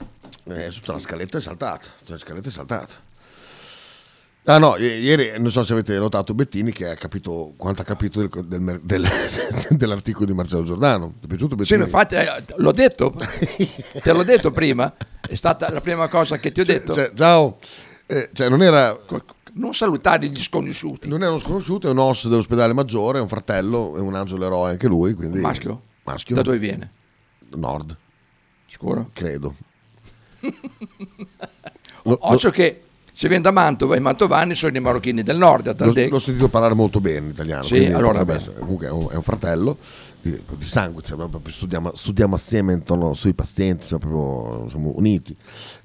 A: eh, tutta la scaletta è saltata. Tutta la scaletta è saltata. Ah no, i- ieri non so se avete notato Bettini che ha capito quanto ha capito del- del mer- del- [laughs] dell'articolo di Marcello Giordano. Ti è piaciuto
F: Sì,
A: Bettini?
F: infatti, eh, l'ho detto, te l'ho detto prima, è stata la prima cosa che ti ho detto.
A: Cioè, ciao, Eh, cioè non era...
F: Non salutare gli sconosciuti.
A: Non è uno sconosciuto, è un os dell'ospedale maggiore, è un fratello, è un angelo eroe anche lui. Quindi...
F: Maschio?
A: Maschio.
F: Da dove viene?
A: Nord.
F: Sicuro? [laughs]
A: Credo. Lo-
F: Occhio
A: lo-
F: che se viene da Mantova, i mantovani sono i marocchini del nord. a tal
A: L'ho,
F: de-
A: l'ho sentito parlare molto bene in italiano.
F: Sì,
A: quindi
F: allora
A: potrebbe
F: bene.
A: essere. Comunque è un, è un fratello di, di sangue, cioè, proprio studiamo, studiamo assieme intorno sui pazienti, cioè, proprio, siamo uniti.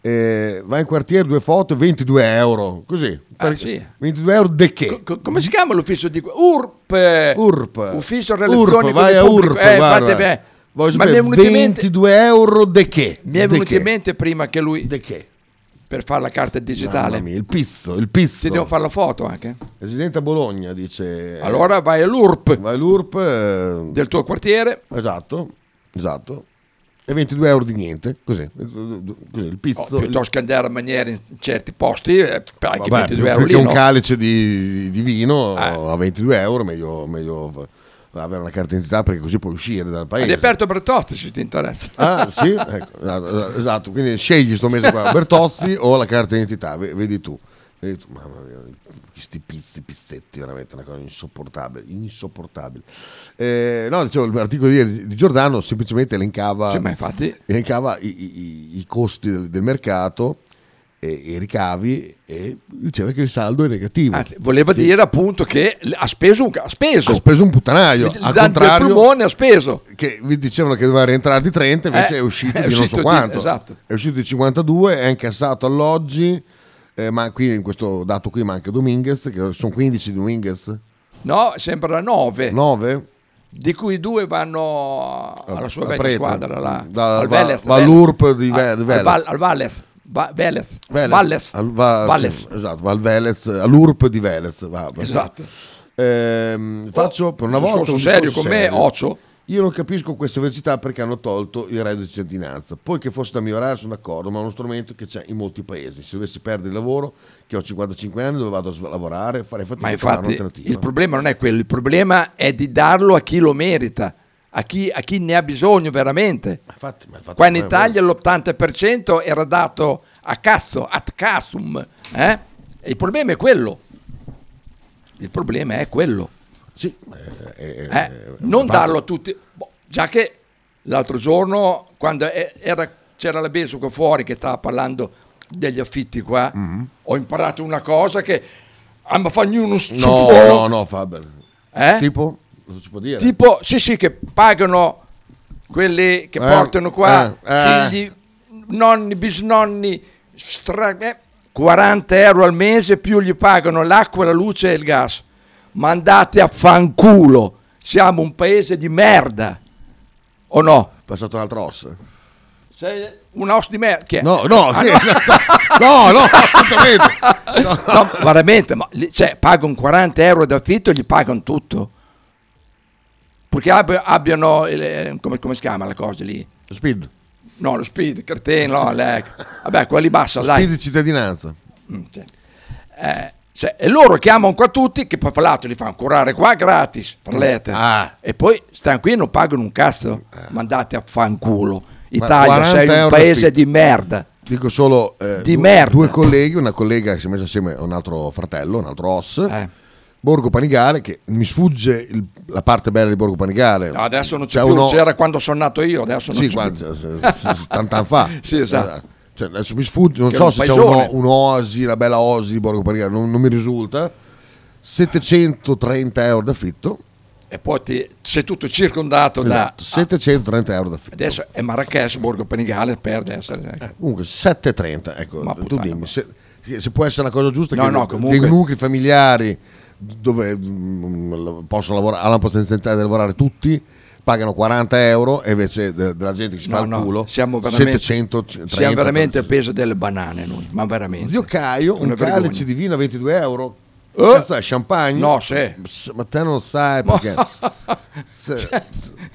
A: Eh, va in quartiere, due foto, 22 euro, così.
F: Ah,
A: Per-
F: sì.
A: 22 euro de che?
F: Come si chiama l'ufficio di URP?
A: URP.
F: Ufficio relazioni
A: URP,
F: con
A: vai
F: il
A: a
F: pubblico.
A: URP,
F: Eh,
A: guarda.
F: infatti, beh,
A: Voglio
F: ma mi
A: sapere,
F: è venuto in mente-
A: 22 euro de che?
F: mi è venuto
A: De
F: in
A: che?
F: mente prima che lui per fare la carta digitale.
A: Mamma mia, il pizzo, il pizzo.
F: Ti devo fare la foto anche.
A: Residente a Bologna dice.
F: Allora vai all'URP.
A: Vai all'URP. eh,
F: Del tuo quartiere.
A: Esatto, esatto. E 22 euro di niente, così. Così, il pizzo.
F: Oh, piuttosto che andare a maniera in certi posti, eh, anche
A: Vabbè,
F: 22
A: più-
F: euro lì.
A: perché un
F: no? Eh.
A: calice di, di vino a 22 euro, meglio, meglio f- avere una carta d'identità perché così puoi uscire dal
F: Ha
A: paese.
F: riaperto Bertotti se ti interessa.
A: Ah, sì? Ecco, esatto, esatto, quindi scegli sto mese
F: [laughs]
A: qua, Bertozzi o la carta d'identità, ve- vedi tu. Vedi tu, Mamma mia, questi pizzi, pizzetti, veramente una cosa insopportabile, insopportabile. Eh, no, dicevo, l'articolo di, ieri di Giordano semplicemente elencava,
F: Sì, ma infatti-
A: elencava i, i- i- i costi del, del mercato e i ricavi e diceva che il saldo è
F: [laughs]
A: negativo.
F: Anzi, voleva
A: Sì.
F: dire appunto che l- ha speso un, ca- ha speso.
A: Ha speso un puttanaio,
F: Gli- gli
A: al
F: danno il
A: contrario-
F: pulmone ha speso.
A: che vi dicevano che doveva rientrare di 30, invece
F: Eh,
A: è
F: [laughs]
A: uscito
F: è
A: di non
F: uscito
A: so
F: di-
A: quanto.
F: esatto.
A: È uscito di 52, è incassato alloggi, eh, ma qui in questo dato qui manca Dominguez, che sono 15 Dominguez.
F: No, sembra 9.
A: 9?
F: Di cui due vanno alla sua
A: a
F: vecchia
A: Prete.
F: squadra, là,
A: Da-
F: al
A: va-
F: Vélez.
A: va
F: Vélez.
A: all'Urp di
F: Al-
A: Ve-
F: al
A: Vélez.
F: Val- Al Valles. Va- Vélez.
A: Velez.
F: Valles.
A: Al- va-
F: Valles.
A: sì, esatto, va al Velez, all'URP di Velez. va- va-
F: Esatto. Oh,
A: Ehm, faccio per una
F: un
A: volta
F: discorso
A: un
F: serio
A: discorso
F: con me,
A: serio.
F: Ocio.
A: Io non capisco questa velocità perché hanno tolto il reddito di cittadinanza. Poi che fosse da migliorare sono d'accordo, ma è uno strumento che c'è in molti paesi. Se dovessi perdere il lavoro, che ho 55 anni, dove vado a s- lavorare, farei fatica
F: Ma
A: a trovare
F: infatti
A: un'alternativa.
F: il problema non è quello, il problema è di darlo a chi lo merita, a chi, a chi ne ha bisogno veramente.
A: Infatti, ma infatti
F: Qua in
A: non è
F: Italia l'80% era dato a cazzo, ad casum. eh? E il problema è quello. Il problema è quello.
A: Sì, eh,
F: Eh, non darlo a tutti. Boh, già che l'altro giorno, quando eh, era- c'era la Besuco fuori che stava parlando degli affitti qua, ho imparato una cosa che... Ah, ma fa ognuno
A: Mm-hmm. No,
F: stupore.
A: no, no, Faber.
F: Eh?
A: Tipo? Non si può dire.
F: Tipo, sì, sì, che pagano quelli che
A: Eh,
F: portano qua
A: eh, eh.
F: figli, nonni, bisnonni, stra- eh, 40 euro al mese più gli pagano l'acqua, la luce e il gas. Ma andate a fanculo, siamo un paese di merda, o no?
A: Passato un'altra ossa.
F: Sei un os di merda. Che è?
A: No, no,
F: Ah,
A: sì,
F: [laughs]
W: [laughs]
A: no, no, assolutamente.
F: No, veramente, ma lì- cioè, pagano 40 euro d'affitto e gli pagano tutto. Perché abbi- abbiano, il- eh, come, come si chiama la cosa lì?
A: Lo speed.
F: No, lo speed, cartello, no, le- vabbè, quelli bassa, dai.
A: Speed di cittadinanza.
F: Mm, sì. Eh, cioè, e loro chiamano qua tutti, che poi fra l'altro li fanno curare qua gratis, parlete.
A: Ah.
F: E poi stanno qui e non pagano un cazzo, mandate a fanculo.
A: Eh. Ma
F: Italia,
A: 40
F: sei un
A: euro
F: paese
A: affitto.
F: di merda.
A: Dico solo eh,
F: Di
A: due,
F: merda.
A: due colleghi, una collega che si è messa assieme a un altro fratello, un altro os,
F: Eh.
A: Borgo Panigale, che mi sfugge il- la parte bella di Borgo Panigale.
F: No, adesso non c'è,
A: C'è
F: più,
A: Cioè, uno-
F: c'era quando sono nato io, adesso non
A: Sì,
F: c'è
A: quando-
F: più.
A: s- s- [laughs] tant'anni fa.
F: [laughs] Sì, esatto.
A: Eh, cioè, adesso mi sfugge, non
F: Che
A: so
F: era un
A: se c'è
F: paesone.
A: uno- un'oasi, la bella osi di Borgo Panigale, non, non mi risulta. 730 euro d'affitto.
F: E poi ti, sei tutto circondato da...
A: Esatto, 730 euro d'affitto.
F: Adesso è Marrakesh, Borgo Panigale, per essere... eh.
A: Comunque 7,30, ecco,
F: Ma
A: tu dimmi se, se può essere una cosa giusta
F: No,
A: che
F: no,
A: dei-
F: comunque-
A: dei nuclei familiari dove mm, possono lavorare, hanno la potenzialità di lavorare tutti, pagano 40 euro e invece de- della gente che si
F: No,
A: fa il
F: no,
A: culo
F: siamo veramente,
A: 730.
F: siamo veramente al peso delle banane noi, ma veramente.
A: Zio Caio,
F: Una
A: un
F: vergogna.
A: calice di vino a 22 euro. Cazzo è champagne?
F: Eh? No, sì.
A: Pss, Ma te non
F: [laughs]
A: sai perché. Se-
F: Cioè,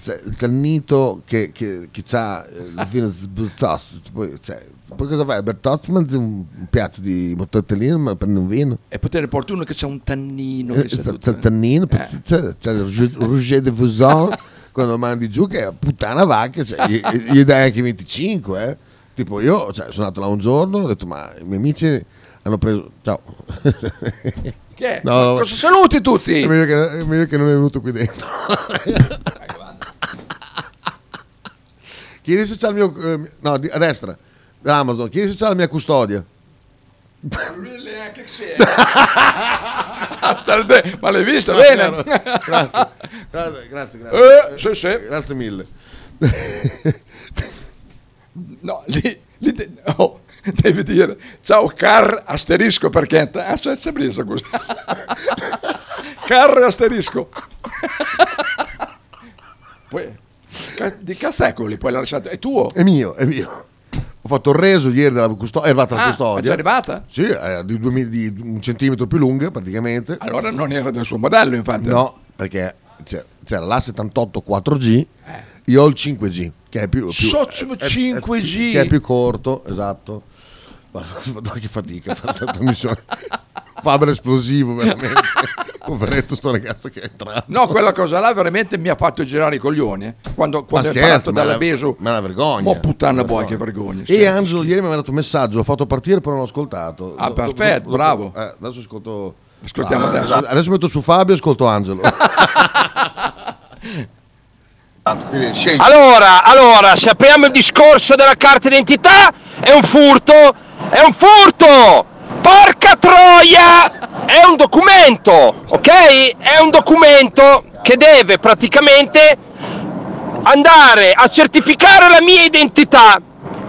A: se- il cannito che, che, che c'ha eh, il vino di Bertozzi, poi, cioè, poi cosa fai? Bertozzi mangi un un piatto di mortatelline ma prendi un vino?
F: E potere opportuno che c'è un tannino.
A: Eh,
F: Che
A: C'è
F: sa
A: c'è
F: tutto.
A: il tannino, poi
F: Eh.
A: c'è, c'è il rouge- rouge de fuson [laughs] quando mandi giù che è puttana vacca, cioè, gli, gli dai anche 25. eh. Tipo io cioè, sono andato là un giorno, ho detto ma i miei amici hanno preso... [laughs] Ciao.
F: Che è? Ma cosa saluti tutti?
A: È meglio, che, è meglio che non è venuto qui dentro. [laughs] Chiedi se c'è il mio... eh, No, di- a destra, dell'Amazon. Chiedi se c'è la mia custodia.
F: Ma [laughs] l'hai visto?
A: No,
F: [laughs] Bene.
A: chiaro. Grazie, grazie, grazie.
F: Eh,
A: grazie.
F: sì, sì.
A: Grazie mille.
F: [laughs] No, lì, lì de- oh, devi dire ciao car asterisco perché ah, c'è, c'è brisa [laughs] così. car asterisco. [laughs] Poi, ca- di cazzecoli poi l'ha lasciato. È tuo?
A: È mio, è mio. Ho fatto il reso ieri della custodia. È arrivata la
F: Ah,
A: custodia.
F: è già arrivata?
A: Sì, è di, due mi- di un centimetro più lunga praticamente.
F: Allora non era del suo modello, infatti.
A: No, perché c'è- c'era la 78 4G,
F: Eh.
A: io ho il 5G, che è più... più
F: Socio
A: è- è-
F: 5G.
A: che è più corto, esatto. Ma- [laughs] Madonna che fatica fare
F: [laughs]
A: questa trasmissione. Faber esplosivo, veramente. Poveretto sto ragazzo che è entrato.
F: eh. No, quella cosa là veramente mi ha fatto girare i coglioni. eh. Quando, quando è parlato
A: scherzo, ma
F: dalla
A: la-
F: Besu.
A: Ma una vergogna.
F: Ma puttana
A: Una
F: boia, che
A: vergogna.
F: vergogna. cioè,
A: E Angelo ieri mi ha mandato un messaggio, ho fatto partire però non ho ascoltato.
F: Ah,
A: Do-
F: perfetto,
A: dopo-
F: bravo.
A: eh, adesso ascolto...
F: Ascoltiamo
A: Ah,
F: adesso.
A: Adesso metto su Fabio e ascolto
F: [laughs]
A: Angelo.
W: Allora, allora, se apriamo il discorso della carta d'identità, è un furto, è un furto! Porca troia! È un documento, ok? È un documento che deve praticamente andare a certificare la mia identità.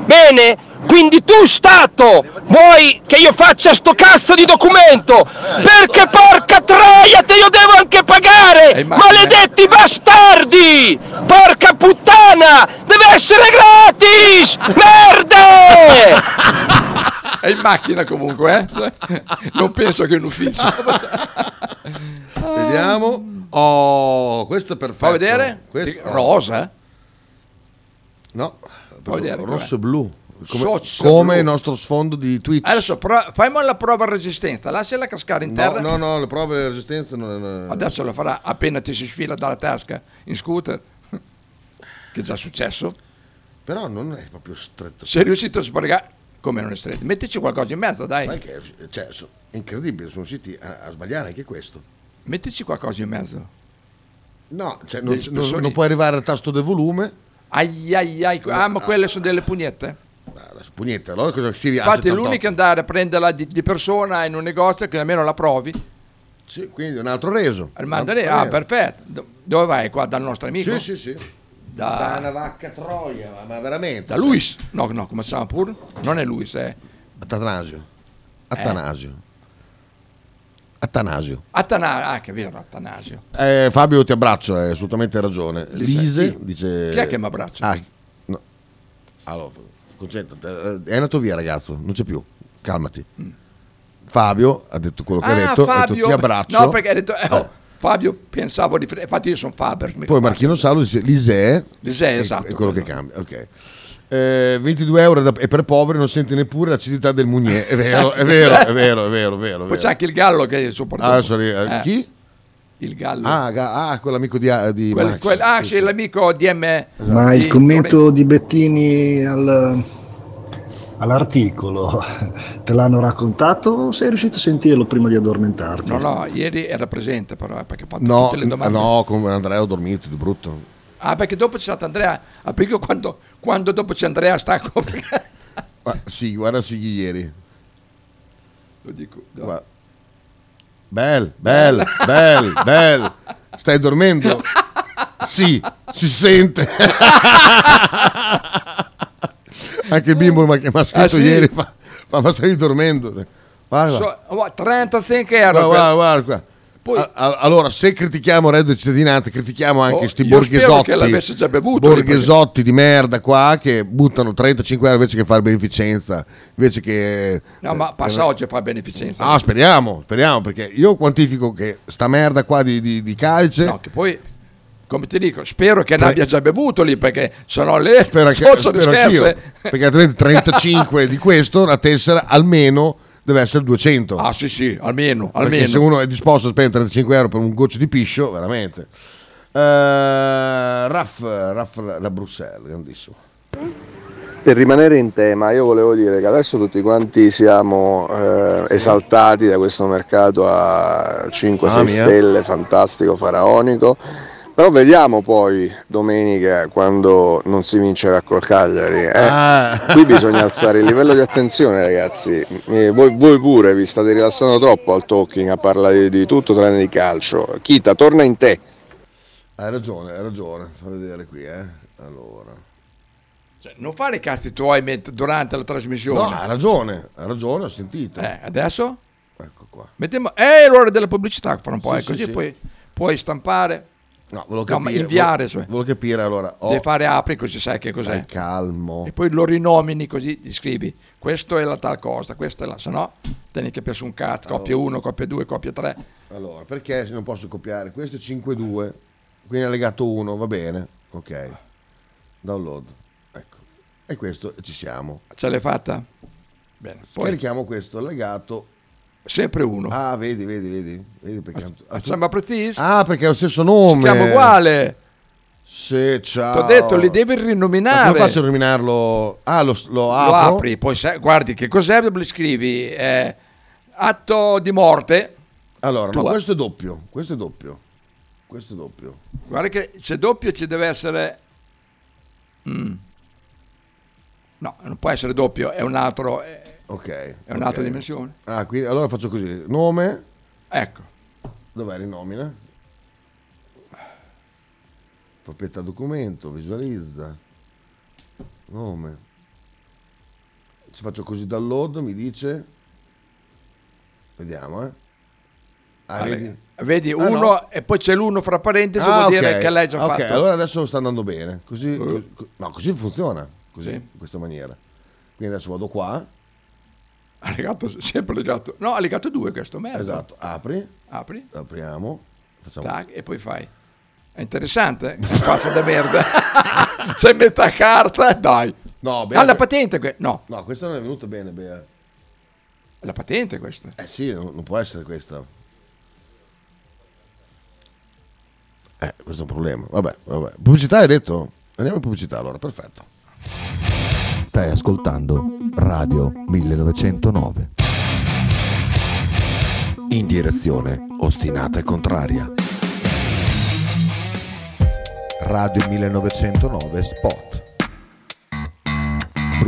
W: Bene? Quindi tu Stato vuoi che io faccia sto cazzo di documento? Perché porca troia te lo devo anche pagare! Maledetti bastardi! Porca puttana! Deve essere gratis! Merde!
F: È in macchina comunque, eh? Non penso che in ufficio.
A: Vediamo. Oh, questo è perfetto.
F: Fa vedere? Di- rosa?
A: No,
F: Fa vedere
A: rosso
F: com'è.
A: e blu. Come,
F: Socio
A: come
F: blu.
A: il nostro sfondo di Twitch.
F: Adesso pro- fai mo la prova a resistenza, lasciala cascare in
A: no,
F: terra.
A: no, no, le prove della resistenza non non-
F: Adesso la farà appena ti si sfila dalla tasca in scooter. Che è già successo.
A: Però non è proprio stretto.
F: Sei riuscito a sbargare. Come non è stretto? Mettici qualcosa in mezzo, dai.
A: Ma è che, cioè, so- è incredibile, sono riusciti a, a sbagliare anche questo.
F: Mettici qualcosa in mezzo.
A: No, cioè, non,
F: Degli
A: non- non
F: spessori.
A: puoi arrivare al tasto del volume.
F: Ai ai ai. Ah, ma quelle sono delle pugnette.
A: Pugnetta, allora cosa scrivi?
F: Infatti,
A: A78?
F: l'unica è andare a prenderla di, di persona in un negozio che almeno la provi.
A: Sì, quindi un altro reso.
F: Rimandare,
A: Un altro
F: ah,
A: reso.
F: perfetto. Do- Dove vai? Qua dal nostro amico?
A: Sì, sì, sì.
F: Da-
A: Da una vacca troia, ma, ma veramente.
F: Da Luis? No, no, come si chiama pure? Non è Luis, è Eh.
A: Atanasio. Atanasio. Atanasio.
F: Atanasio. Ah, che vero, Atanasio.
A: Eh, Fabio ti abbraccio, hai assolutamente ragione. Lise
F: chi?
A: dice...
F: Chi è che mi abbraccia?
A: Ah, no. Allora, concentrati. Eh, È andato via ragazzo, non c'è più. Calmati.
F: Mm.
A: Fabio ha detto quello che ha detto, ha detto ti abbraccio.
F: Ah, No, perché ha detto, eh, oh, Fabio, pensavo di... fre- Infatti io sono Faber. mi-
A: Poi Marchino Salo dice Lise
F: Lisè,
A: è,
F: esatto,
A: è quello che cambia. Ok. Eh, 22 euro da- e per poveri non senti neppure l'acidità del Mounier. È vero,
F: [laughs]
A: è vero,
F: Eh,
A: è vero, è vero, è vero. è
F: Poi
A: vero.
F: c'è anche il gallo che è sopportato.
A: Ah, sorry, eh, chi?
F: Il gallo.
A: Ah, ga- ah, quell'amico di, di
F: Quel-
A: Max.
F: quel- ah, c'è l'amico DM.
I: Ma
F: di
I: il commento di Bettini al- all'articolo te l'hanno raccontato o sei riuscito a sentirlo prima di addormentarti?
F: No, no, ieri era presente però, eh, perché ha fatto
A: No,
F: tutte le domande.
A: no, con Andrea ho dormito di brutto.
F: Ah, perché dopo c'è stato Andrea. Ah, perché io quando, quando dopo c'è Andrea stacco. [laughs] perché-
A: Ma sì, guarda Sighi ieri.
F: Lo dico. no.
A: Guarda. Bel, bel, bel, bel. Stai dormendo? Sì, si sente. Anche il bimbo mi ha- mi ha scritto
F: Ah, sì?
A: ieri, fa, fa, ma stai dormendo? Guarda,
F: So- oh, 35 euro.
A: guarda, guarda, guarda qua. A- a- allora, se critichiamo reddito di cittadinanza, critichiamo anche
F: Oh,
A: sti
F: io spero
A: borghesotti,
F: che l'avesse già bevuto,
A: borghesotti di merda qua che buttano 35 euro invece che fare beneficenza, invece che... eh,
F: No, ma passa oggi a fare beneficenza.
A: Ah, speriamo, speriamo, perché io quantifico che sta merda qua di, di, di calce...
F: No, che poi, come ti dico, spero che
A: Tre-
F: ne abbia già bevuto lì, perché sennò le
A: Spero che-
F: sono
A: spero anch'io, perché altrimenti 35 di questo, la tessera almeno deve essere 200.
F: Ah sì sì, almeno,
A: Perché
F: almeno.
A: se uno è disposto a spendere 35 euro per un goccio di piscio, veramente. Eh, Raff, Raff la Bruxelles, grandissimo.
X: Per rimanere in tema, io volevo dire che adesso tutti quanti siamo eh, esaltati da questo mercato a 5-6
A: Mamma Ah, mia.
X: stelle, fantastico, faraonico. Però vediamo poi domenica quando non si vincerà col Cagliari. eh.
A: Ah.
X: Qui bisogna alzare il livello di attenzione, ragazzi. Eh, voi, voi pure vi state rilassando troppo al talking, a parlare di tutto tranne di calcio. Chita, torna in te.
A: Hai ragione, hai ragione. Fa vedere qui, eh. Allora.
F: Cioè, non fare i cazzi tuoi met- durante la trasmissione.
A: No, ha ragione, ha ragione, ho sentito.
F: Eh, adesso?
A: Ecco qua.
F: Mettiamo... Eh, l'ora della pubblicità fra un po',
A: Sì,
F: eh,
A: sì,
F: così
A: sì.
F: Puoi, puoi stampare.
A: No, volevo
F: No, ma
A: capire,
F: inviare,
A: volevo-
F: cioè.
A: volevo capire allora. ho-
F: Devi fare apri così sai che cos'è.
A: Dai, calmo.
F: E poi lo rinomini così, gli scrivi. Questo è la tal cosa, questa è la... Se no, tieni che perso un cazzo, coppia 1, coppia 2, coppia 3.
A: Allora, perché se non posso copiare? Questo è 5.2, quindi allegato 1, va bene. Ok. Download. Ecco. E questo ci siamo.
F: Ce l'hai fatta? Bene. Poi
A: Scarichiamo questo allegato.
F: Sempre 1.
A: Ah, vedi, vedi, vedi. vedi perché...
F: Ah, Sembra preciso.
A: Ah, perché ha lo stesso nome.
F: Siamo uguale.
A: Sì, ciao.
F: Ti ho detto, li
A: Ma
F: devi rinominare.
A: Come faccio a nominarlo? Ah, lo, lo
F: lo
A: apro.
F: apri, poi sai- guardi che cos'è, gli scrivi eh, atto di morte.
A: Allora,
F: Tua.
A: ma questo è doppio. Questo è doppio. Questo è doppio.
F: Guarda che se doppio ci deve essere... Mm. No, non può essere doppio, è un altro... È,
A: Ok. È
F: è un'altra
A: ok.
F: dimensione.
A: Ah, quindi allora faccio così. Nome.
F: Ecco.
A: Dov'è rinomina? Proprietà documento, visualizza. Nome. Se faccio così download mi dice... Vediamo, eh. Ah,
F: Ah,
A: vedi?
F: Vedi,
A: Ah,
F: uno
A: no.
F: e poi c'è l'uno fra parentesi,
A: Ah,
F: vuol
A: ok.
F: dire che l'hai già
A: Ok,
F: fatto.
A: allora adesso sta andando bene. Così,
F: Eh.
A: co- no, così funziona. Così,
F: Sì.
A: in questa maniera. Quindi adesso vado qua.
F: Ha legato, sempre legato. No, ha legato due questo, merda.
A: Esatto, apri.
F: Apri.
A: Apriamo. Facciamo
F: Tac, e poi fai. È interessante, eh? passa da merda. [laughs] C'è metà carta, dai.
A: No, beh,
F: Ha la patente, que- no,
A: No, questa non è venuta bene, Bea.
F: è la patente questa.
A: Eh sì, non, non può essere questa. Eh, questo è un problema. Vabbè, vabbè. Pubblicità hai detto? Andiamo in pubblicità allora, perfetto.
Y: Stai ascoltando Radio 1909. In direzione ostinata e contraria. Radio 1909 Spot.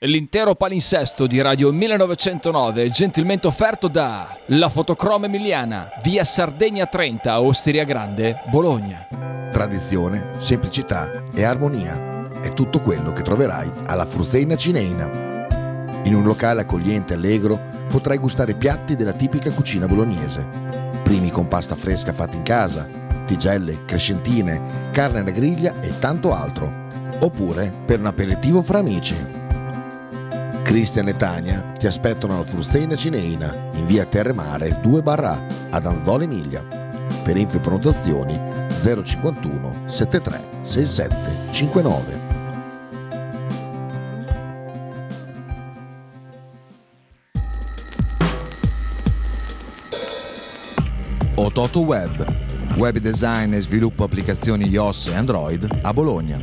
O: L'intero palinsesto di Radio 1909 è gentilmente offerto da La Fotocroma Emiliana, via Sardegna 30, Osteria Grande, Bologna.
N: Tradizione, semplicità e armonia è tutto quello che troverai alla Fruzeina Cineina. In un locale accogliente e allegro potrai gustare piatti della tipica cucina bolognese. Primi con pasta fresca fatta in casa, tigelle, crescentine, carne alla griglia e tanto altro. Oppure per un aperitivo fra amici. Cristian e Tania ti aspettano alla Frusteina Cineina in via Terremare 2 barra ad Anzola Emilia. Per info e prenotazioni 051 73 67 59.
Y: Ototo Web, web design e sviluppo applicazioni iOS e Android a Bologna.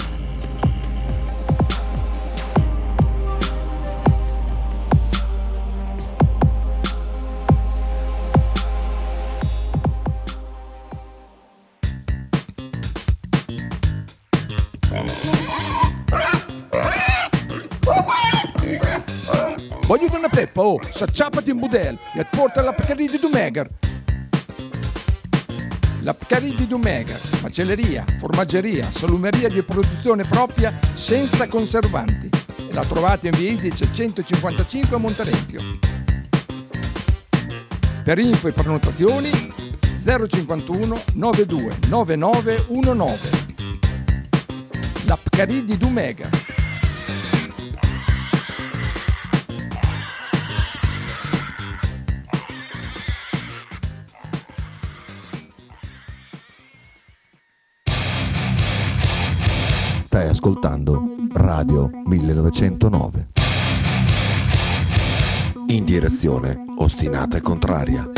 F: Voglio una peppa, oh, s'acciappati in budel e porta la Pcarì di Dumegar. La Pcarì di Dumegar, macelleria, formaggeria, salumeria di produzione propria senza conservanti. E la trovate in via Idice 155 a Monterezio. Per info e prenotazioni 051 92 9919. La Pcarì di Dumegar.
N: Stai ascoltando Radio 1909. In direzione ostinata e contraria.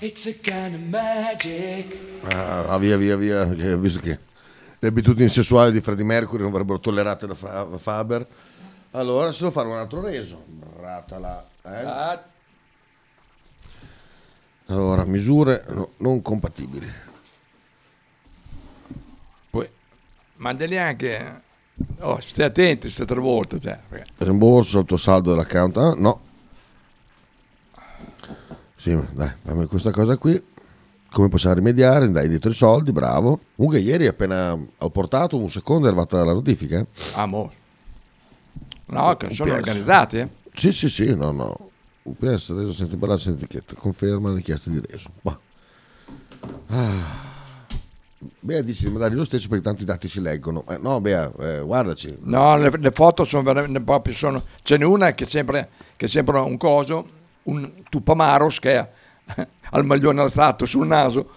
B: It's a kind of magic.
A: Ah, via, via, via, che- visto che le abitudini sessuali di Freddie Mercury non verrebbero tollerate da Fra- Faber. Allora, se devo fare un altro reso. Ratala, eh? Allora, misure no- non compatibili.
F: Mandali anche. Oh, stai attenti, stai travolto. Cioè, perché-
A: Rimborso il tuo saldo dell'account? Ah, no. Sì, ma dai, fammi questa cosa qui. Come possiamo rimediare? Dai dietro i soldi, bravo. Comunque ieri appena ho portato un secondo è arrivata la notifica. eh.
F: ah, mo. No, che
A: Un
F: sono
A: PS.
F: organizzati. eh.
A: Sì, sì, sì, no, no. UPS reso senza parlare senza etichetta, conferma la richiesta di reso. Bah. Ah. Bea dice di mandare lo stesso perché tanto i dati si leggono. Eh, no, Bea, eh, guardaci.
F: No, le, le foto sono veramente proprio. Sono, ce n'è una che, sempre, che sembra un coso, un Tupamaros che [laughs] ha ha il maglione alzato sul naso.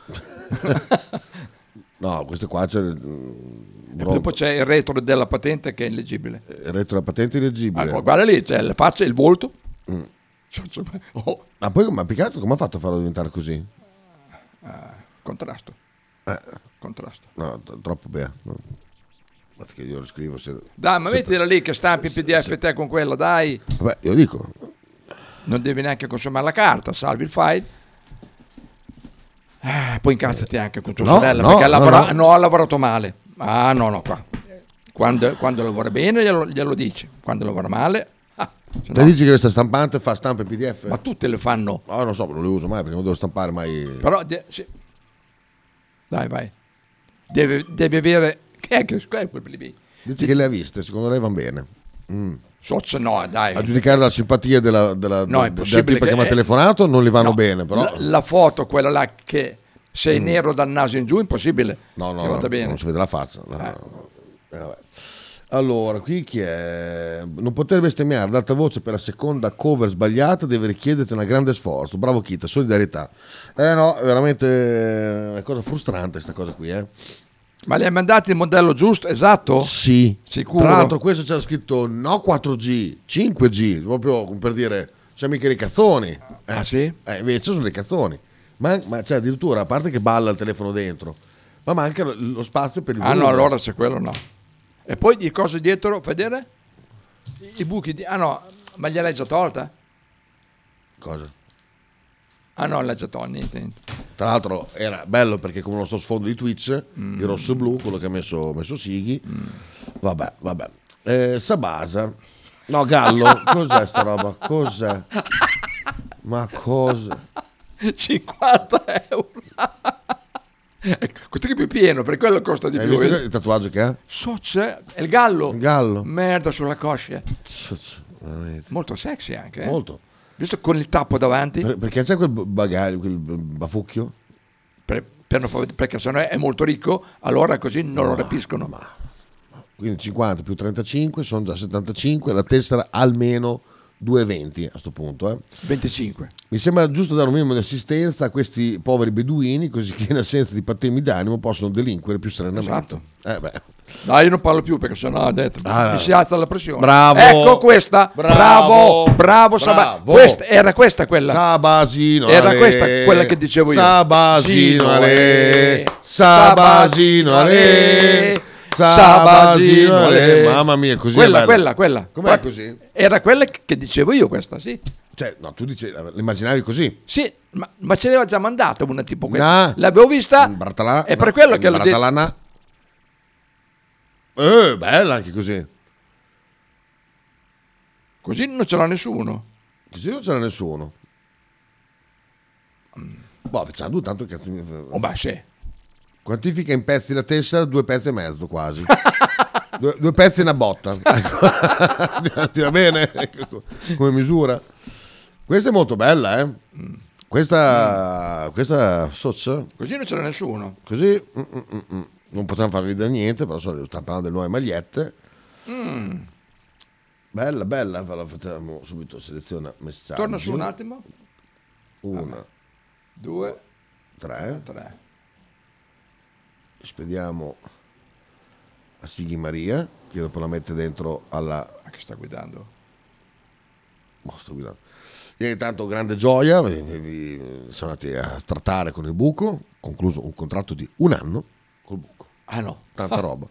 A: No, questo qua c'è mm, il
F: E poi c'è il retro della patente che è illeggibile.
A: retro la patente illeggibile.
F: Ah, guarda lì, c'è la faccia e il volto.
A: Mm.
F: [laughs] Oh,
A: Ma poi ma più che altro come ha fatto a farlo diventare così?
F: ah,
A: Eh.
F: contrasto. Contrasto.
A: No, t- troppo Bea. No. Guarda che io lo scrivo se...
F: Dai, ma
A: se-
F: mettila lì che stampi il PDF te con quella, dai.
A: Vabbè, io dico,
F: Non devi neanche consumare la carta, salvi il file. Eh, poi incazzati anche con tua
A: No,
F: sorella
A: no,
F: perché ha,
A: no,
F: lavora-
A: no.
F: no, ha lavorato male. Ah, no, no, qua. Quando, quando lavora bene glielo, glielo dici, quando lavora male, ah, se
A: te
F: no-
A: dici che questa stampante fa stampa in PDF? Ma
F: tutte le fanno.
A: No, Ah, non so, non le uso mai perché non devo stampare mai...
F: però de- sì. dai, vai. Deve, deve avere. Che è che che è quel blibì?
A: Dice che le ha viste, secondo lei vanno bene. Mm.
F: Socio, no, dai.
A: A giudicare dalla simpatia della, della,
F: No, è
A: de- della
F: possibile
A: tipa che,
F: che-
A: mi ha
F: eh,
A: telefonato non li vanno bene, però... Mm.
F: La, la foto, quella là che sei nero dal naso in giù, impossibile.
A: No, no,
F: che vada
A: no,
F: bene.
A: non si vede la faccia. no, no. Eh, vabbè. Allora, qui chi è? Non poter bestemmiare ad alta voce per la seconda cover sbagliata deve richiederti un grande sforzo. Bravo Kita, solidarietà. Eh no, è veramente eh, una cosa frustrante questa cosa qui, eh.
F: Ma le hai mandati il modello giusto, esatto?
A: Sì.
F: Sicuro?
A: Tra l'altro questo c'era scritto no 4G, 5G, proprio come per dire, siamo mica dei cazzoni. Eh,
F: ah sì?
A: Eh, invece sono dei cazzoni. Ma, ma cioè, addirittura, a parte che balla il telefono dentro, ma manca lo- lo spazio per il
F: Ah no,
A: volume.
F: allora se quello no. E poi di cose dietro, fai vedere? I, i buchi di... Ah no, ma gliel'hai già tolta?
A: Cosa?
F: Ah no, l'hai già tolta, niente. niente. [laughs]
A: Tra l'altro era bello perché come lo sto sfondo di Twitch,
F: Mm.
A: il rosso e blu, quello che ha messo, messo Sighi. Vabbè, vabbè. Eh, Sabasa.
F: [laughs]
A: No, Gallo, cos'è sta roba? Cos'è? Ma cosa?
F: 50 euro. [laughs] Ecco, Questo qui è più pieno, per quello costa di
A: Hai
F: più.
A: visto che- il tatuaggio che ha?
F: So c'è, è il gallo.
A: Il gallo.
F: Merda sulla coscia.
A: cioè, Veramente.
F: Molto sexy anche. eh.
A: Molto.
F: Visto con il tappo davanti,
A: Per- perché c'è quel bagaglio, quel bafucchio?
F: per- per non far vedere- perché sennò è molto ricco, allora così non lo rapiscono.
A: Quindi 50 più 35 sono già 75, la tessera almeno 2,20 a sto punto. eh.
F: 25.
A: Mi sembra giusto dare un minimo di assistenza a questi poveri beduini, così che in assenza di patemi d'animo possono delinquere più serenamente. Eh beh.
F: No, io non parlo più perché sennò ha detto
A: Ah,
F: mi si alza la pressione.
A: Bravo.
F: Ecco questa. Bravo, bravo,
A: Bravo.
F: Saba- questa- era questa quella.
A: Sabasino.
F: Era
A: Ale.
F: questa quella che dicevo io.
A: Sabasino Ale.
F: eh.
A: Sabasino Ale. Sabasino Ale.
F: Ale.
A: Mamma mia, così. è
F: Quella,
A: bella.
F: quella, quella.
A: Com'è
F: Qua-
A: così?
F: Era quella che che dicevo io questa, sì.
A: Cioè, no, tu dici, l'immaginavi così.
F: Sì, ma, ma ce l'aveva già mandata una tipo questa.
A: No.
F: L'avevo vista.
A: Bartalà.
F: è per quello che l'ho detto.
A: Bartalana. Eh, bella anche così.
F: Così non ce l'ha nessuno.
A: Così non ce n'è nessuno. Boh, facciamo due tanto cazzo. Oh,
F: beh, sì.
A: Quantifica in pezzi la tessera, due pezzi e mezzo quasi. [laughs] due, due pezzi e una botta. Ecco. [laughs] Ti va bene Ecco, come misura. Questa è molto bella, eh.
F: Mm.
A: Questa, questa socia,
F: Così non ce l'ha nessuno.
A: così mm, mm, mm, mm. non possiamo far ridere niente, però sono stanno parlando delle nuove magliette.
F: Mm.
A: Bella, bella, ve la facciamo subito seleziona messaggio.
F: Torna su un attimo.
A: Una,
F: Due,
A: tre.
F: tre.
A: Spediamo a Sighi Maria, che dopo la mette dentro alla...
F: che sta guidando.
A: Oh, sto guidando. E intanto grande gioia, vi- vi- siamo andati a trattare con il buco, concluso un contratto di un anno col buco.
F: Ah no.
A: Tanta roba,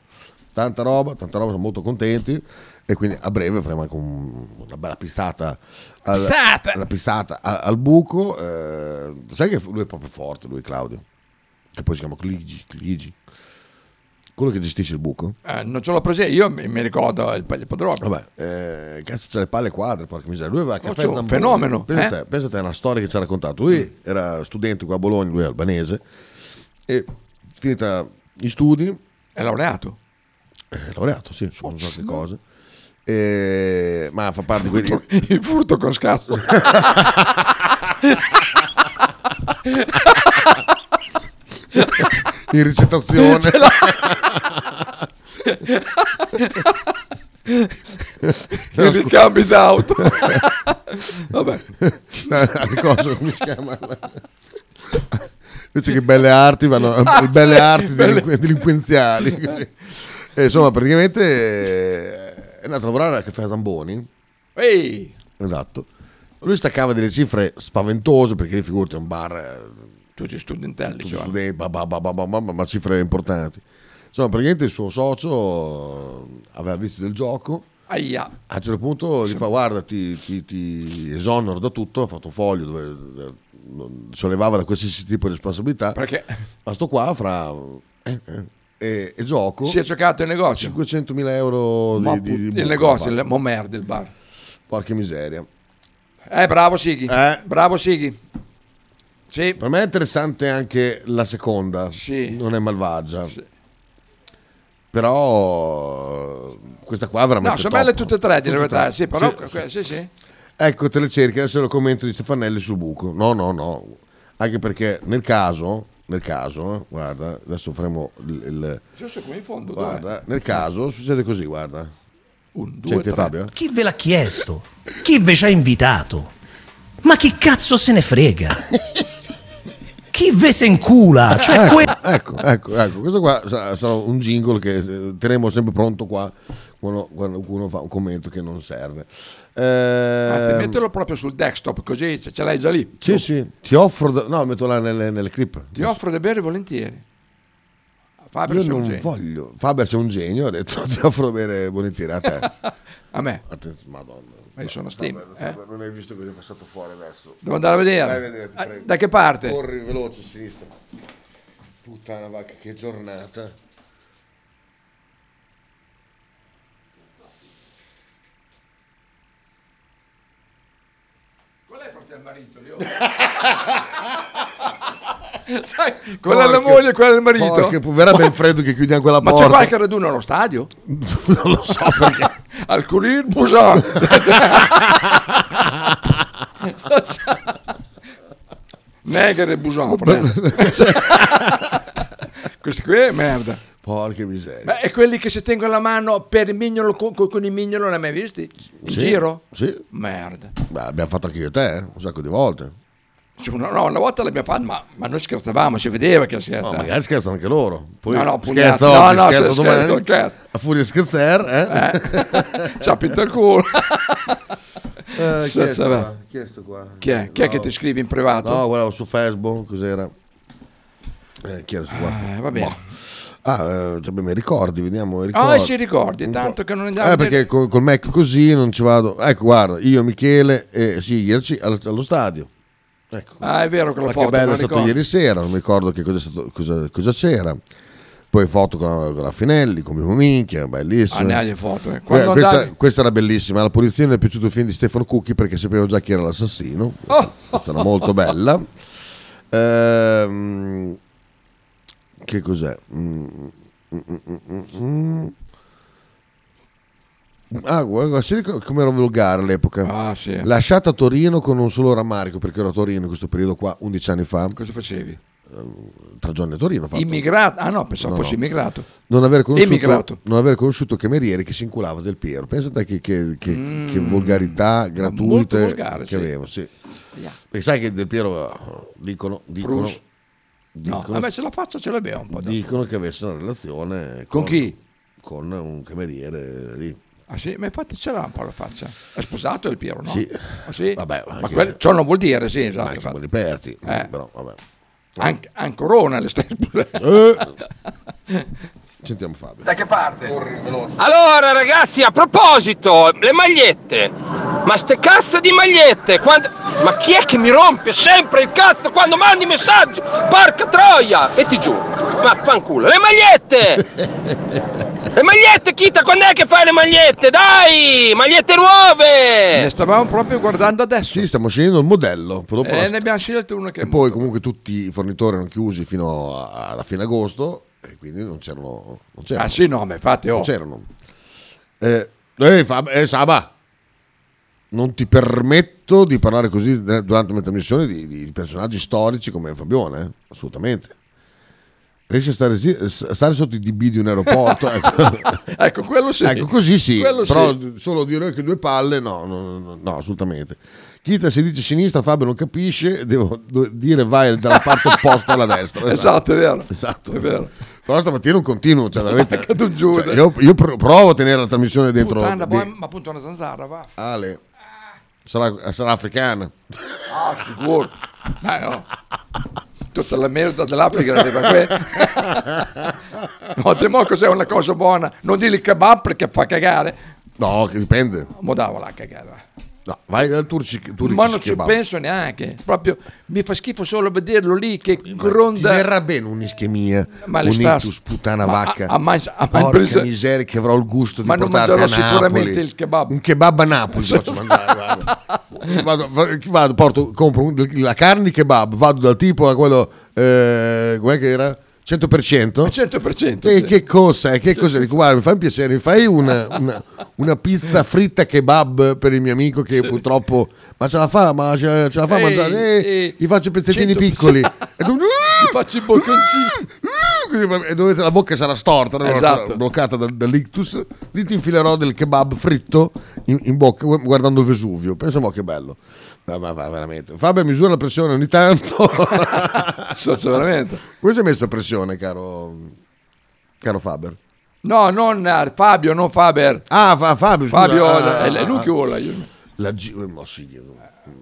A: tanta roba, tanta roba, siamo molto contenti e quindi a breve faremo anche un- una bella pissata al,
F: Pizzata!
A: una pizzata a- al buco. eh, sai che lui è proprio forte, lui Claudio, che poi si chiama Cligi, Cligi. quello che gestisce il buco.
F: Eh, non ce l'ho presa io, mi mi ricordo il, pa- il padrone.
A: Vabbè, eh, cazzo, c'è le palle quadre, porca miseria. Lui aveva il caffè
F: c'è Cioè, un
A: Zamboni.
F: fenomeno,
A: Pensa,
F: eh?
A: a te, pensa a te, è una storia che ci ha raccontato. Lui era studente qua a Bologna, lui è albanese, e finita gli studi. Eh,
F: È laureato.
A: È laureato, sì, su non so che cose. E- ma fa parte di quelli.
F: Il furto con
A: [laughs]
F: scasso.
A: In ricettazione.
F: Ce l'ha. I ricambi d'auto. Vabbè.
A: No, cosa, come si chiama? Invece che belle arti vanno
F: [laughs] Ah,
A: belle
F: sì,
A: arti
F: belle-
A: delinqu- delinquenziali. [laughs] così. E, insomma, praticamente eh, è andato a lavorare al caffè Zamboni.
F: Ehi,
A: Esatto. Lui staccava delle cifre spaventose perché figurati è un bar eh,
F: tutti studentelli,
A: tutti
F: cioè.
A: studenti, ba, ba, ba, ba, ba, ba, ma, cifre importanti. Insomma, praticamente il suo socio eh, aveva visto del gioco.
F: Aia.
A: A un certo punto gli fa guarda ti, ti- ti esonero da tutto, ha fatto un foglio dove eh, non- sollevava da qualsiasi tipo di responsabilità.
F: Perché?
A: Ma sto qua fra... eh, eh, e, e gioco
F: Si è giocato il negozio.
A: 500.000 euro
F: Ma
A: di, di,
F: put-
A: di buco
F: il negozio,
A: fatto.
F: il, mo merda il bar.
A: Porca miseria.
F: Eh, bravo Sighi. Bravo Sighi. Sì.
A: Per me è interessante anche la seconda, non è malvagia. Però questa qua è
F: No,
A: veramente...
F: sono
A: top.
F: belle tutte e tre, di
A: Tutte
F: verità.
A: tre.
F: Sì, però
A: Sì,
F: que-
A: sì.
F: que- sì, sì.
A: Ecco, te le cerchi, adesso lo commento di Stefanelli sul buco. No, no, no. Anche perché nel caso, nel caso, eh, guarda, adesso faremo il... il-
F: Giusto come in fondo,
A: guarda, nel caso succede così, guarda.
F: Un,
A: due, Senti
V: tre.
A: Fabio?
V: Chi ve l'ha chiesto? Chi ve ci ha invitato? Ma chi cazzo se ne frega? Chi ve se incula? Cioè,
A: ecco,
V: que-
A: ecco, ecco, ecco. questo qua sarà, sarà un jingle che eh, terremo sempre pronto qua quando quando qualcuno fa un commento che non serve.
F: Anzi,
A: Ehm,
F: mettilo proprio sul desktop, così se ce l'hai già lì.
A: sì, sì, ti offro, da- no, metto là nelle, nelle clip.
F: Ti offro da bere volentieri. Fabio,
A: Io
F: sei un
A: non
F: genio.
A: voglio. Faber sei un genio, ho detto [laughs] ti offro bene volentieri a te.
F: [laughs] A me.
A: Attenzione, Madonna.
F: Ma io sono stima,
A: Faber, Faber, Non hai visto cosa è passato fuori adesso.
F: Devo andare a vedere.
A: Vai a vedere, ti
F: Ah,
A: prego.
F: da che parte?
A: Corri veloce a sinistra. Puttana vacca, che giornata.
F: Qual è il marito? [laughs] Sai, quella è la moglie e quella è il marito.
A: Porca pu- verrà
F: [laughs]
A: ben freddo che chiudiamo quella
F: Ma
A: porta.
F: c'è qualche raduno allo stadio?
A: [laughs] non lo so perché.
F: [laughs] Al Curir
A: [laughs]
F: Busan.
A: [laughs]
F: Neger e Busan. fratello. Questo qui è merda.
A: Porca miseria.
F: Beh, e quelli che si tengono la mano per il mignolo co- co- con, il mignolo, non hai mai visti? In
A: Sì,
F: giro?
A: Sì.
F: Merda.
A: Beh, abbiamo fatto anche io e te, eh, un sacco di volte.
F: Cioè, no, no, una volta l'abbiamo fatta, ma, ma noi scherzavamo, si vedeva che
A: No,
F: scherzavamo.
A: magari scherzano anche loro. Poi
F: No, no, pugnate.
A: scherzo oggi,
F: No, no,
A: scherzo
F: se-
A: domani.
F: scherzo, scherzo.
A: A furia di scherzare, eh?
F: Ci ha pinto il culo.
A: Eh, chi, è
F: Sa-
A: sto
F: sa-
A: qua? Chi è sto qua?
F: Chi è? Chi è che
A: No.
F: ti scrive in privato?
A: No, guardavo su Facebook, cos'era? Eh, chi era sto qua?
F: Eh, va bene.
A: Boh. Ah, eh, cioè, beh, mi ricordi, vediamo. i
F: Ah,
A: ricordi.
F: si ricordi, tanto che non andiamo
A: Eh, perché col, col Mac così non ci vado. Ecco, guarda, io, Michele e Sigherci allo, allo stadio. Ecco.
F: Ah, è vero quella
A: Ma
F: foto.
A: che bello
F: me la
A: è stato
F: ricordo.
A: ieri sera, non mi ricordo che cosa, è stato- cosa- cosa c'era. Poi foto con la, con la Finelli, con Mimmo Minchia, bellissima.
F: Ah, ne hai le foto, eh.
A: Que-
F: Quando
A: questa,
F: andavi-
A: questa era bellissima. Alla polizia non è piaciuto il film di Stefano Cucchi perché sapevano già chi era l'assassino.
F: Oh!
A: Questa era molto bella. Ehm, che cos'è? Mm, mm, mm, mm, mm. Ah, guarda, si ricorda come ero volgare all'epoca.
F: Ah, sì.
A: Lasciata a Torino con un solo rammarico, perché ero a Torino in questo periodo qua, 11 anni fa.
F: Cosa facevi?
A: Tra giorni a Torino. ho fatto.
F: Immigrato? Ah no, pensavo
A: No,
F: fossi
A: no.
F: immigrato.
A: Non aver, conosciuto,
F: Emigrato.
A: non aver conosciuto Cameriere che si inculava del Piero. Pensate che, che, che-
F: Mm.
A: che volgarità gratuite
F: volgare,
A: che
F: sì.
A: avevo. Sì.
F: Yeah.
A: Perché sai che del Piero eh, dicono, dicono,
F: Frus. No,
A: Ecco.
F: vabbè, se la faccia ce l'abbiamo un po'. dopo.
A: dicono che avesse una relazione
F: Con chi?
A: Con un cameriere lì.
F: Ah sì, ma infatti ce l'ha un po' la faccia. È sposato il Piero, no?
A: Sì.
F: Ah, sì?
A: Vabbè, ma
F: ma
A: anche-
F: quel- ciò non vuol dire, sì, esatto.
A: anche
F: infatti.
A: Boniperti,
F: Eh.
A: però vabbè.
F: Anche, ancora le stesse.
A: Eh. Sentiamo Fabio.
F: Da che parte?
W: Allora ragazzi, a proposito, le magliette. Ma ste cazzo di magliette, quando- ma chi è che mi rompe sempre il cazzo quando mandi messaggi? Porca troia! E ti giuro, ma fanculo, le magliette! Le magliette, Kita, quando è che fai le magliette? Dai! Magliette nuove!
F: Ne stavamo proprio guardando adesso.
A: Sì, stiamo scegliendo il modello. poi dopo la-
F: E Eh, ne abbiamo scelto uno che...
A: E poi comunque tutti i fornitori erano chiusi fino a- alla fine agosto e quindi non c'erano... Non c'erano.
F: Ah sì, no, ma infatti... Oh.
A: Non c'erano. Eh, eh, Fab- eh, Saba, non ti permetto di parlare così d- durante una trasmissione di, di personaggi storici come Fabione, eh? assolutamente. Riesci a stare, zi- a stare sotto i DB di
F: [laughs]
A: un aeroporto? ecco.
F: Ecco, quello sì.
A: Ecco, così sì,
F: Quello sì.
A: però solo dire che due palle, no, no, no, no, assolutamente. Chita se dice sinistra, Fabio non capisce, devo do- dire vai dalla parte opposta
F: [laughs]
A: alla destra.
F: Esatto, è vero.
A: Esatto.
F: È vero.
A: Però stamattina un continuo,
F: [laughs]
A: cioè veramente...
F: Giuda.
A: Cioè, io, io pro- provo a tenere la trasmissione dentro...
F: Puttana,
A: di-
F: poi- ma appunto una zanzara, va.
A: Ale, sarà, sarà africana.
F: Ah, sicuro. Dai, no. Tutta la merda dell'Africa arriva
A: [laughs]
F: qui. No, te mo cos'è una cosa buona? Non dire il kebab perché fa cagare.
A: No, che dipende.
F: Mo davola a cagare.
A: No, vai dal Turci. Turci
F: Ma non ci
A: kebab.
F: penso neanche. Proprio mi fa schifo solo vederlo lì che
A: Ti
F: gronda.
A: verrà bene un'ischemia,
F: Ma le
A: un
F: stas-
A: ictus, puttana
F: ma
A: vacca.
F: a- a mai- a mai
A: Porca
F: presa-
A: miseria che avrò il gusto di
F: Ma non
A: portarti a
F: mangerò
A: Napoli.
F: sicuramente il kebab.
A: Un kebab a Napoli ti faccio mangiare, guarda. Vado, vado- vado, porto, compro un- la carne di kebab, vado dal tipo a quello, eh, com'è che era?
F: Eh,
A: 100%?
F: 100%.
A: E
F: sì.
A: che cos'è? Che cos'è? Dico, guarda, mi fa un piacere, mi fai una, una- una pizza fritta kebab per il mio amico che purtroppo... Ma ce la fa, ma ce, ce la fa a
F: Ehi,
A: mangiare? Eh,
F: ehi,
A: gli faccio i pezzettini
F: 100%. [laughs]
A: piccoli. E tu,
F: Ti faccio i bocconcini.
A: [laughs] Quindi, ma- e dove la bocca sarà storta, no?
F: Esatto.
A: bloccata dal- dall'ictus, lì ti infilerò del kebab fritto in, in bocca gu- guardando il Vesuvio. Pensiamo che bello. Ma, ma- ma veramente. Fabio misura la pressione
F: [laughs]
A: ogni tanto.
F: Sotto veramente.
A: Come si è messa pressione, caro, caro Faber?
F: No, non eh, Fabio, non Faber.
A: Ah, fa- Fabio, scusa.
F: Fabio,
A: Ah,
F: è- è lui
A: ah,
F: che
A: ah.
F: vola. io-
A: La gi- no, sì,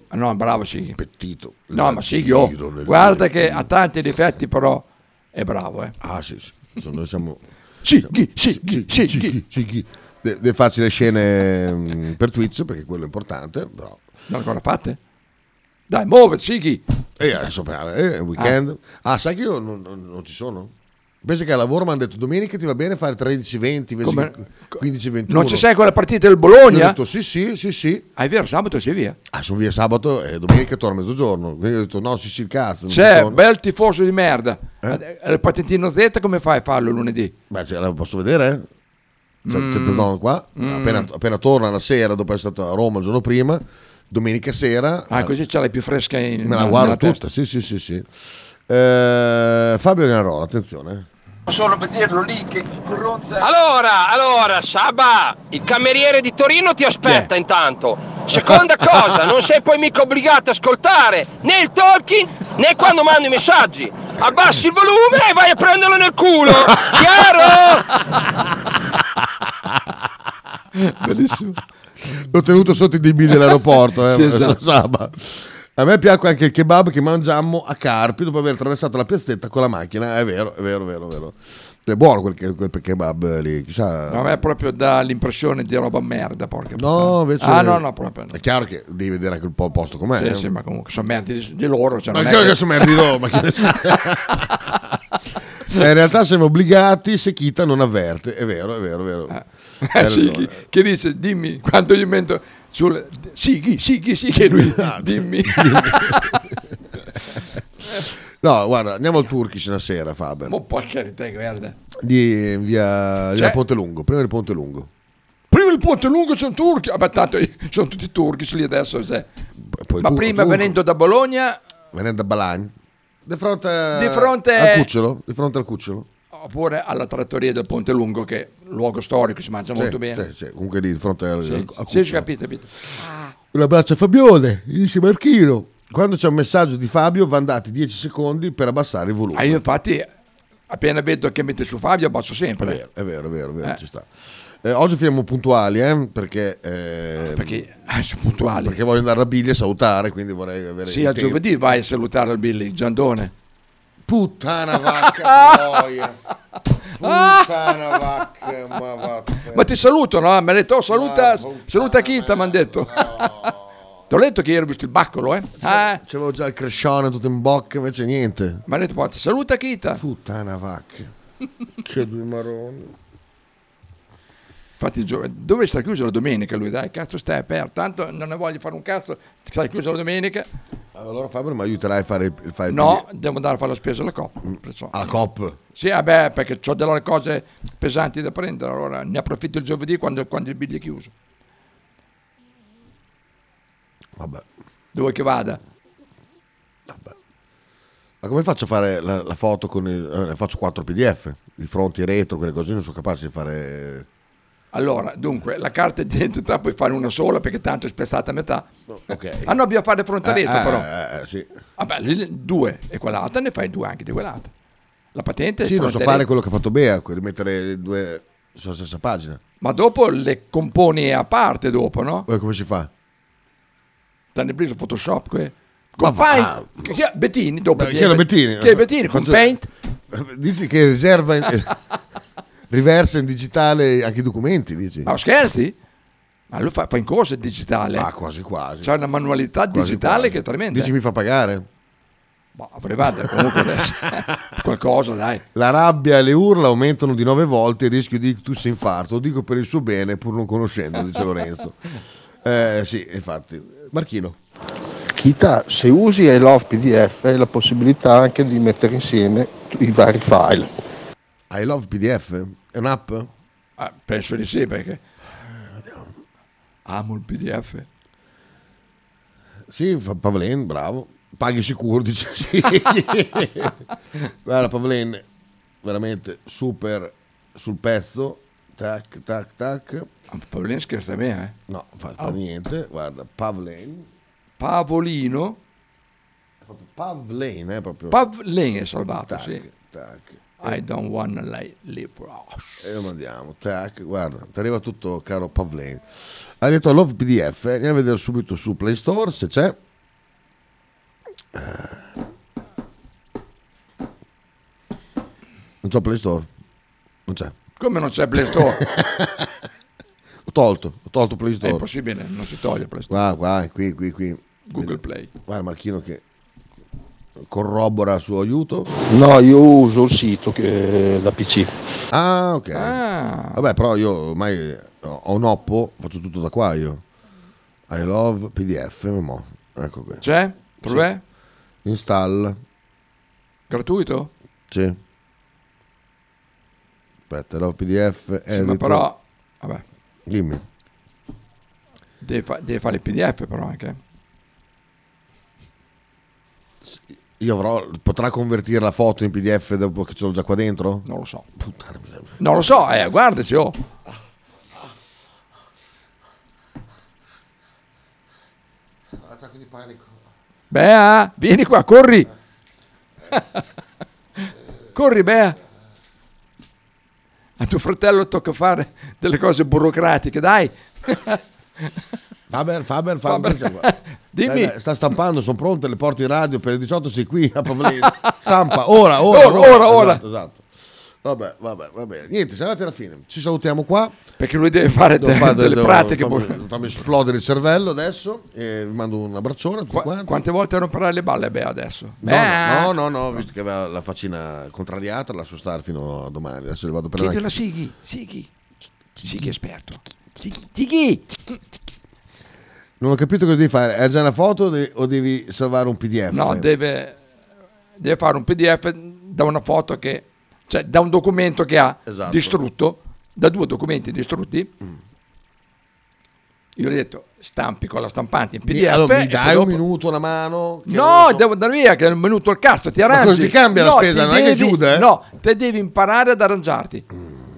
F: Ah, No, bravo Sighi.
A: Pettito.
F: No, ma Sighi, oh,
A: giro nel
F: guarda che ha tanti difetti, però è bravo. Eh.
A: Ah, sì, sì. Sono- noi siamo...
F: Sighi, Sighi,
A: Sighi. De, de farci le scene mm, per Twitch perché quello è importante, però...
F: Non ancora fatte? Dai, muoversi, Sighi.
A: E adesso per- eh, è un weekend. Ah, sai che io non, non- non ci sono? Penso che al lavoro mi hanno detto domenica ti va bene fare 13-20 invece
F: Come-
A: che 15-21.
F: Non ci sei con la partita del
A: Io ho
F: Bologna?
A: detto sì, sì, sì, sì.
F: Ah, è vero, sabato sei via.
A: Ah, sono via sabato e domenica torno a mezzogiorno. Quindi ho detto no, sì, sì, il cazzo. non ci
F: C'è,
A: sono.
F: bel tifoso di merda.
A: Eh?
F: Eh, Il patentino Z come fai a farlo lunedì?
A: Beh, ce la posso vedere? eh. Cioè, C'è
F: Mm.
A: c'è il zone qua.
F: Mm.
A: Appena, appena torna la sera, dopo essere stato a Roma il giorno prima, domenica sera. eh,
F: Ah, così ce l'hai più fresca in
A: Me la
F: nella
A: guardo
F: testa. [laughs]
A: tutta, sì, sì, sì, sì. Eh, Fabio Ganarola, attenzione.
F: solo vederlo lì che gronda.
W: Allora, allora, Saba, il cameriere di Torino ti aspetta intanto. Seconda cosa, non sei poi mica obbligato ad ascoltare né il talking né quando mando i messaggi. Abbassi il volume e vai a prenderlo nel culo. Chiaro?
A: Bellissimo. L'ho tenuto sotto i DB dell'aeroporto. [laughs] Eh,
F: [laughs] Sì, esatto.
A: Saba. A me piacque anche il kebab che mangiammo a Carpi dopo aver attraversato la piazzetta con la macchina. È vero, è vero, è vero, è vero. È buono quel, che- quel kebab lì, chissà.
F: No, A me proprio dà l'impressione di roba merda, porca
A: No, invece
F: Ah, no, no, proprio no.
A: È chiaro che devi vedere anche un po' il posto com'è.
F: Sì,
A: eh.
F: sì, ma comunque sono merdi di, di loro. Cioè
A: Ma
F: non
A: che
F: è che
A: adesso merdi
F: [laughs]
A: loro, ma che- Eh, in realtà siamo obbligati se Kita non avverte. È vero, è vero, è vero.
F: [laughs] Eh,
A: Hai
F: sì,
A: ragione.
F: chi, chi dice dimmi quando gli mento sul sì chi sì chi sì che lui
A: Esatto. [laughs]
F: dimmi [laughs]
A: No, guarda, andiamo al Turkish una sera, Faber.
F: ma Oh, porca di te guarda
A: Di via, via
F: Cioè-
A: Ponte Lungo, prima del Ponte Lungo.
F: prima il ponte lungo sono turchi ah, ma tanto sono tutti turchi lì adesso sai. ma
A: tu-
F: prima
A: tu-
F: venendo da Bologna
A: Venendo da Balagna. Di fronte,
F: Di fronte-
A: al cucciolo, di fronte al cucciolo.
F: oppure alla trattoria del ponte lungo che è un luogo storico si mangia
A: Sì,
F: molto bene
A: sì, sì, comunque eh, lì di fronte al,
F: sì,
A: al- al
F: sì,
A: cucciolo.
F: sì, capito, capito.
A: Un abbraccio a Fabione, gli dice Marchino. Quando c'è un messaggio di Fabio vanno dati 10 secondi per abbassare il volume.
F: Ah, io infatti appena vedo che mette su Fabio basso sempre
A: È vero, è vero, è vero, è vero, ci sta. Eh, oggi finiamo puntuali, eh, perché... ehm,
F: Ah, perché puntuali.
A: Perché voglio andare a Biglia e salutare, quindi vorrei avere...
F: sì
A: il
F: a
A: tempo.
F: giovedì vai a salutare il Billy Giandone
A: Puttana vacca troia. Puttana vacca, ma vaffanculo.
F: Ma ti salutano, eh? mi hanno detto, oh,
A: Ah,
F: saluta, saluta Kita, mi hanno detto. Ti ho detto che ieri ho visto il baccolo, eh? Ah,
A: C'avevo già il crescione tutto in bocca, invece niente.
F: mi hanno detto, "Porta, saluta Kita.
A: Puttana vacca. Che due maroni.
F: Infatti, gio- dove sta chiuso la domenica lui? Dai, cazzo, stai aperto. Tanto non ne voglio fare un cazzo. Stai chiuso la domenica?
A: Allora Fabio mi aiuterai a fare il... Fare il
F: No, devo andare a fare la spesa alla coppa.
A: Alla COP.
F: Sì, vabbè, perché ho delle cose pesanti da prendere. Allora ne approfitto il giovedì quando, quando il biglio è chiuso.
A: Vabbè.
F: Dove che vada?
A: Ma come faccio a fare la, la foto con il... eh, ne faccio 4 pdf, i fronti, i retro, quelle cose, io non sono capace di fare...
F: Allora, dunque, la carta d'identità puoi fare una sola perché tanto è spezzata a metà.
A: Ok.
F: [laughs] Ah no, bisogna fare fronte a retro,
A: Eh, eh,
F: però.
A: eh, eh, sì.
F: Vabbè, lì due e quell'altra ne fai due anche di quell'altra. La patente è
A: Sì, non so
F: fronte
A: fare
F: retro.
A: quello che ha fatto Bea, que- rimettere le due sulla stessa pagina.
F: Ma dopo le componi a parte dopo, no?
A: Eh, come si fa?
F: Ti hanno preso Photoshop qui.
A: Ma
F: Con
A: va.
F: Paint. Chi- chi è? Bettini, dopo.
A: Ma chi era Bettini?
F: Chi è Bettini? Con
A: Faccio-
F: Paint.
A: [laughs] Dici che riserva in-
F: [laughs]
A: eh, riversa in digitale anche i documenti, dici?
F: Ma scherzi? Ma lui fa, fa in corso il digitale.
A: Ah, quasi quasi.
F: C'è una manualità
A: Quasi
F: digitale
A: quasi.
F: che è tremenda. eh.
A: Dici mi fa pagare?
F: Ma privata comunque [laughs] eh. adesso. Qualcosa, dai.
A: La rabbia e le urla aumentano di nove volte il rischio di ictus e infarto. Lo dico per il suo bene, pur non conoscendo,
F: [laughs]
A: dice Lorenzo. Eh, sì, infatti. Marchino.
J: Kita, se usi I Love PDF hai la possibilità anche di mettere insieme i vari file.
A: I love PDF? È un'app?
F: Ah, penso di sì perché... Amo il PDF.
A: Sì, fa- Pavlen, bravo. Paghi sicuro,
F: [laughs]
A: dice sì. Guarda, Pavlen, veramente super sul pezzo. Tac, tac, tac.
F: Ah, Pavlen scherza me, eh?
A: No, fa fa niente. Guarda, Pavlen.
F: Pavolino.
A: Pavlen, eh, proprio.
F: Pavlen è salvato,
A: Tac,
F: sì.
A: tac.
F: I don't wanna lay live
A: E lo mandiamo, tac, guarda, ti arriva tutto caro Pavlen. Ha detto Love PDF, eh, andiamo a vedere subito su Play Store se c'è. Non c'è Play Store, non c'è.
F: Come non c'è Play
A: [laughs]
F: Store?
A: Ho tolto, ho tolto Play
F: è
A: Store.
F: impossibile, non si toglie Play Store.
A: Qua, qua, qui, qui, qui.
F: Google Play.
A: Guarda Marchino che corrobora il suo aiuto.
J: No, io uso il sito che da PC.
A: Ah, ok.
F: Ah.
A: Vabbè, però io ormai ho un Oppo, faccio tutto da qua io. I love PDF, mo. Ecco qui.
F: C'è? Dov'è?
A: Sì. Install.
F: Gratuito?
A: Sì. Aspetta, I love PDF.
F: Sì, ma
A: editor.
F: però... Vabbè,
A: Dimmi.
F: eh. devi, fa- devi fare il PDF però anche.
A: Io avrò, potrà convertire la foto in PDF dopo che ce l'ho già qua dentro? Non lo so. Puttana miseria.
F: Non lo so, eh, guardaci, oh.
A: Attacco di panico.
F: Bea, vieni qua, corri.
A: Eh.
F: [laughs] corri, Bea. A tuo fratello tocca fare delle cose burocratiche, dai.
A: Faber, Faber, Faber.
F: Faber.
A: cioè, guarda.
F: Dimmi.
A: Dai, dai, sta stampando, sono pronte le porte in radio per il 18, sei qui a Pavlino.
F: [laughs]
A: Stampa, ora, ora,
F: Ora, ora, ora.
A: Esatto, esatto. Vabbè, vabbè, va bene. Niente, siamo andati alla fine. Ci salutiamo qua.
F: Perché lui deve fare
A: Devo
F: de- delle
A: devo-
F: pratiche.
A: Fammi, fammi esplodere il cervello adesso. E vi mando un abbraccione a tutti quanti.
F: Quante volte rompere le balle, Bea, adesso? Eh,
A: No,
F: Bea.
A: no, no, no, visto che aveva la faccina contrariata, lascio stare fino a domani. Adesso le vado per
F: Chiedilo
A: la
F: a Sighi, Sighi, Sighi esperto. Sighi, Sighi.
A: Non ho capito cosa devi fare. È già una foto de- o devi salvare un PDF?
F: No, deve, deve fare un PDF da una foto che, cioè da un documento che ha
A: Esatto. Mm.
F: distrutto, da due documenti distrutti. Io gli ho detto stampi con la stampante in PDF.
A: Allora, mi
F: e
A: dai
F: poi
A: un
F: dopo-
A: minuto la mano? Che
F: No, devo andare via, che è venuto il cazzo, ti arrangi.
A: cosa ti cambia la
F: No,
A: spesa?
F: ti
A: Non è che
F: devi-
A: chiude, eh?
F: No, te devi imparare ad arrangiarti.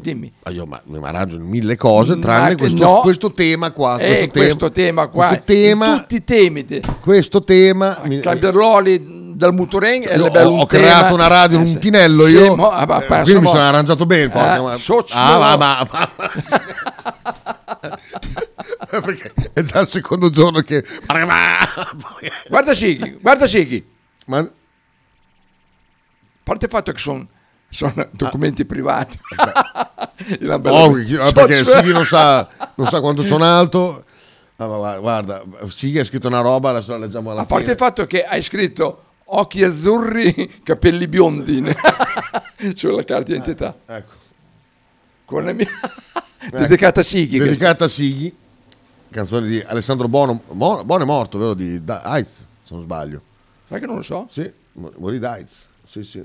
F: Dimmi.
A: Ah, Io ma, ma raggio in mille cose, tranne
F: Mm, Ma-
A: questo,
F: no.
A: questo tema qua.
F: Eh, questo tema qua.
A: Questo tema,
F: Tutti i temi. te-
A: questo tema mi-
F: Calderoli dal Mutureng e Eh, le
A: Io ho,
F: belle
A: ho
F: un tema.
A: creato una radio,
F: Eh,
A: in un
F: sì.
A: tinello
F: Sì,
A: io.
F: mo- ah, ma-
A: eh,
F: penso
A: quindi mi
F: mo-
A: sono [laughs] arrangiato bene.
F: Eh,
A: porca ma-
F: socio.
A: ah, ma, ma-
F: [laughs]
A: ma- Perché è già il secondo giorno che.
F: Guarda Sighi, guarda Sighi.
A: Ma... A
F: parte il fatto che sono documenti privati. [laughs] Una bella-
A: Ah. Eh, Oh, chi- ah, perché
F: Socio.
A: Sighi non sa, non sa
F: [laughs]
A: quanto sono alto. Ah, ma va- guarda, Sighi ha scritto una roba, adesso la leggiamo alla
F: A parte
A: fine.
F: il fatto che hai scritto occhi azzurri, [laughs] capelli biondi [laughs] sulla carta d'identità.
A: ecco.
F: Con la
A: [laughs]
F: mia...
A: Ecco.
F: Dedicata a Sighi.
A: Dedicata a Sighi, canzone di Alessandro Bono. Mo- Bono è morto, vero? Di da- AIDS, se non sbaglio.
F: Sai che non lo so?
A: Sì, mo- morì di AIDS. Sì, sì.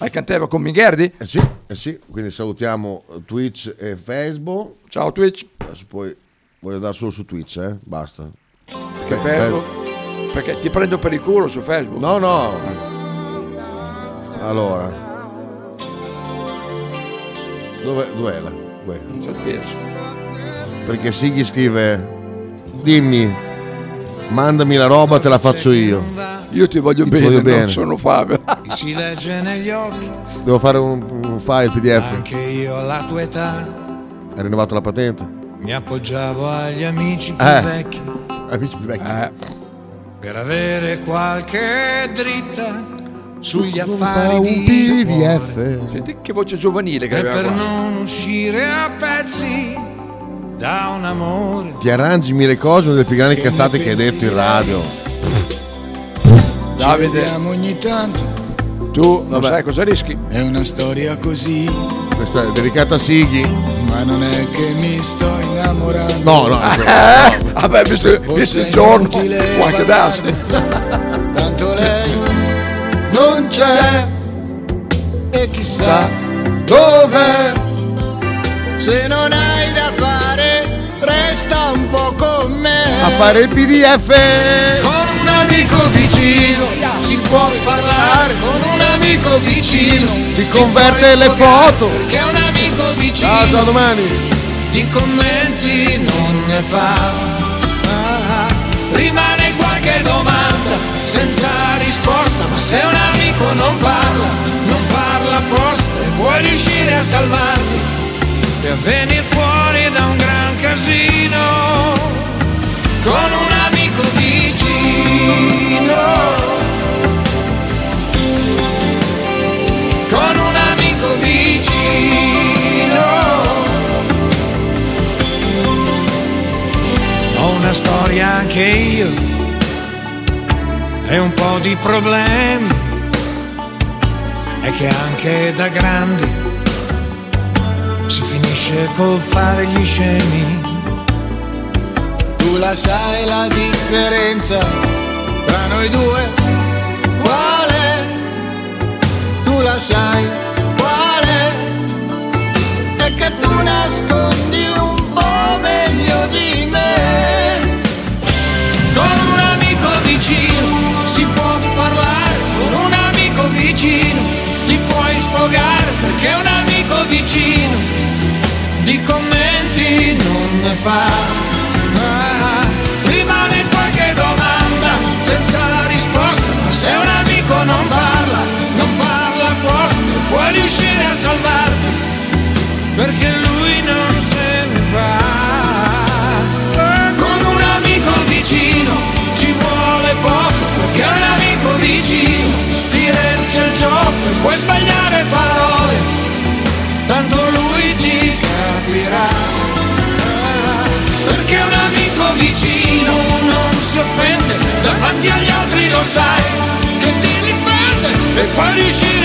F: Hai cantava con Mingherdi?
A: Eh sì, eh sì, quindi salutiamo eh, Twitch e Facebook.
F: Ciao Twitch.
A: Adesso poi voglio andare solo su Twitch, eh? Basta.
F: Che
A: Fe-
F: fermo. Perché ti prendo per il culo su Facebook. Eh.
A: No, no. fe- Allora. Dove, dov'è la? quella? Perché Sighi scrive, dimmi, mandami la roba, te la faccio io.
F: Io ti voglio bene, non sono Fabio.
B: Si legge negli occhi
A: Devo fare un, un file
F: Ah.
A: PDF.
B: che io alla tua età
A: Hai rinnovato la patente?
B: mi appoggiavo agli amici più
A: Eh.
B: vecchi
A: Amici più vecchi.
F: Eh.
B: per avere qualche dritta sugli
A: Come
B: affari
A: fa
B: di
A: un PDF.
F: Senti che voce giovanile che
B: e
F: aveva
B: per
F: qua.
B: non uscire a pezzi da un amore
A: Ti arrangi mille cose, una delle più grandi cazzate che hai detto in radio.
F: Davide.
B: Vediamo ogni tanto
F: Tu non sai cosa rischi?
B: è una storia così
A: Questa è dedicata a Sighi.
B: ma non è che mi sto innamorando
A: No, no.
B: Ah,
A: no.
F: [laughs] Vabbè, visto,
B: Forse
F: visto il giorno, può
B: inutile
F: anche darsi.
B: tanto lei non c'è e chissà dov'è se non hai da fare resta un po' con me
A: A fare il PDF.
B: con un amico vicino si può parlare con un amico vicino
A: Ti converte le foto.
B: che un amico vicino
A: Ciao, ciao domani.
B: di commenti non ne fa. Ah, rimane qualche domanda senza risposta, ma se un amico non parla, non parla apposta e vuoi riuscire a salvarti per venire fuori da un gran casino con un amico vicino. Con un amico vicino. Ho una storia anche io e un po' di problemi. È che anche da grandi si finisce col fare gli scemi. Tu la sai la differenza tra noi due? Qual è? Tu la sai qual è? è che tu nascondi un po' meglio di me. Con un amico vicino si può parlare, con un fa. Ah, rimane qualche domanda senza risposta. Se un amico non parla, non parla apposta, puoi riuscire a salvarti perché lui non se ne va. Con un amico vicino ci vuole poco, perché un amico vicino ti regge il gioco, puoi sbagliare parole, tanto lui ti capirà. Perché un amico vicino non si offende, davanti agli altri lo sai, che ti difende e poi riuscire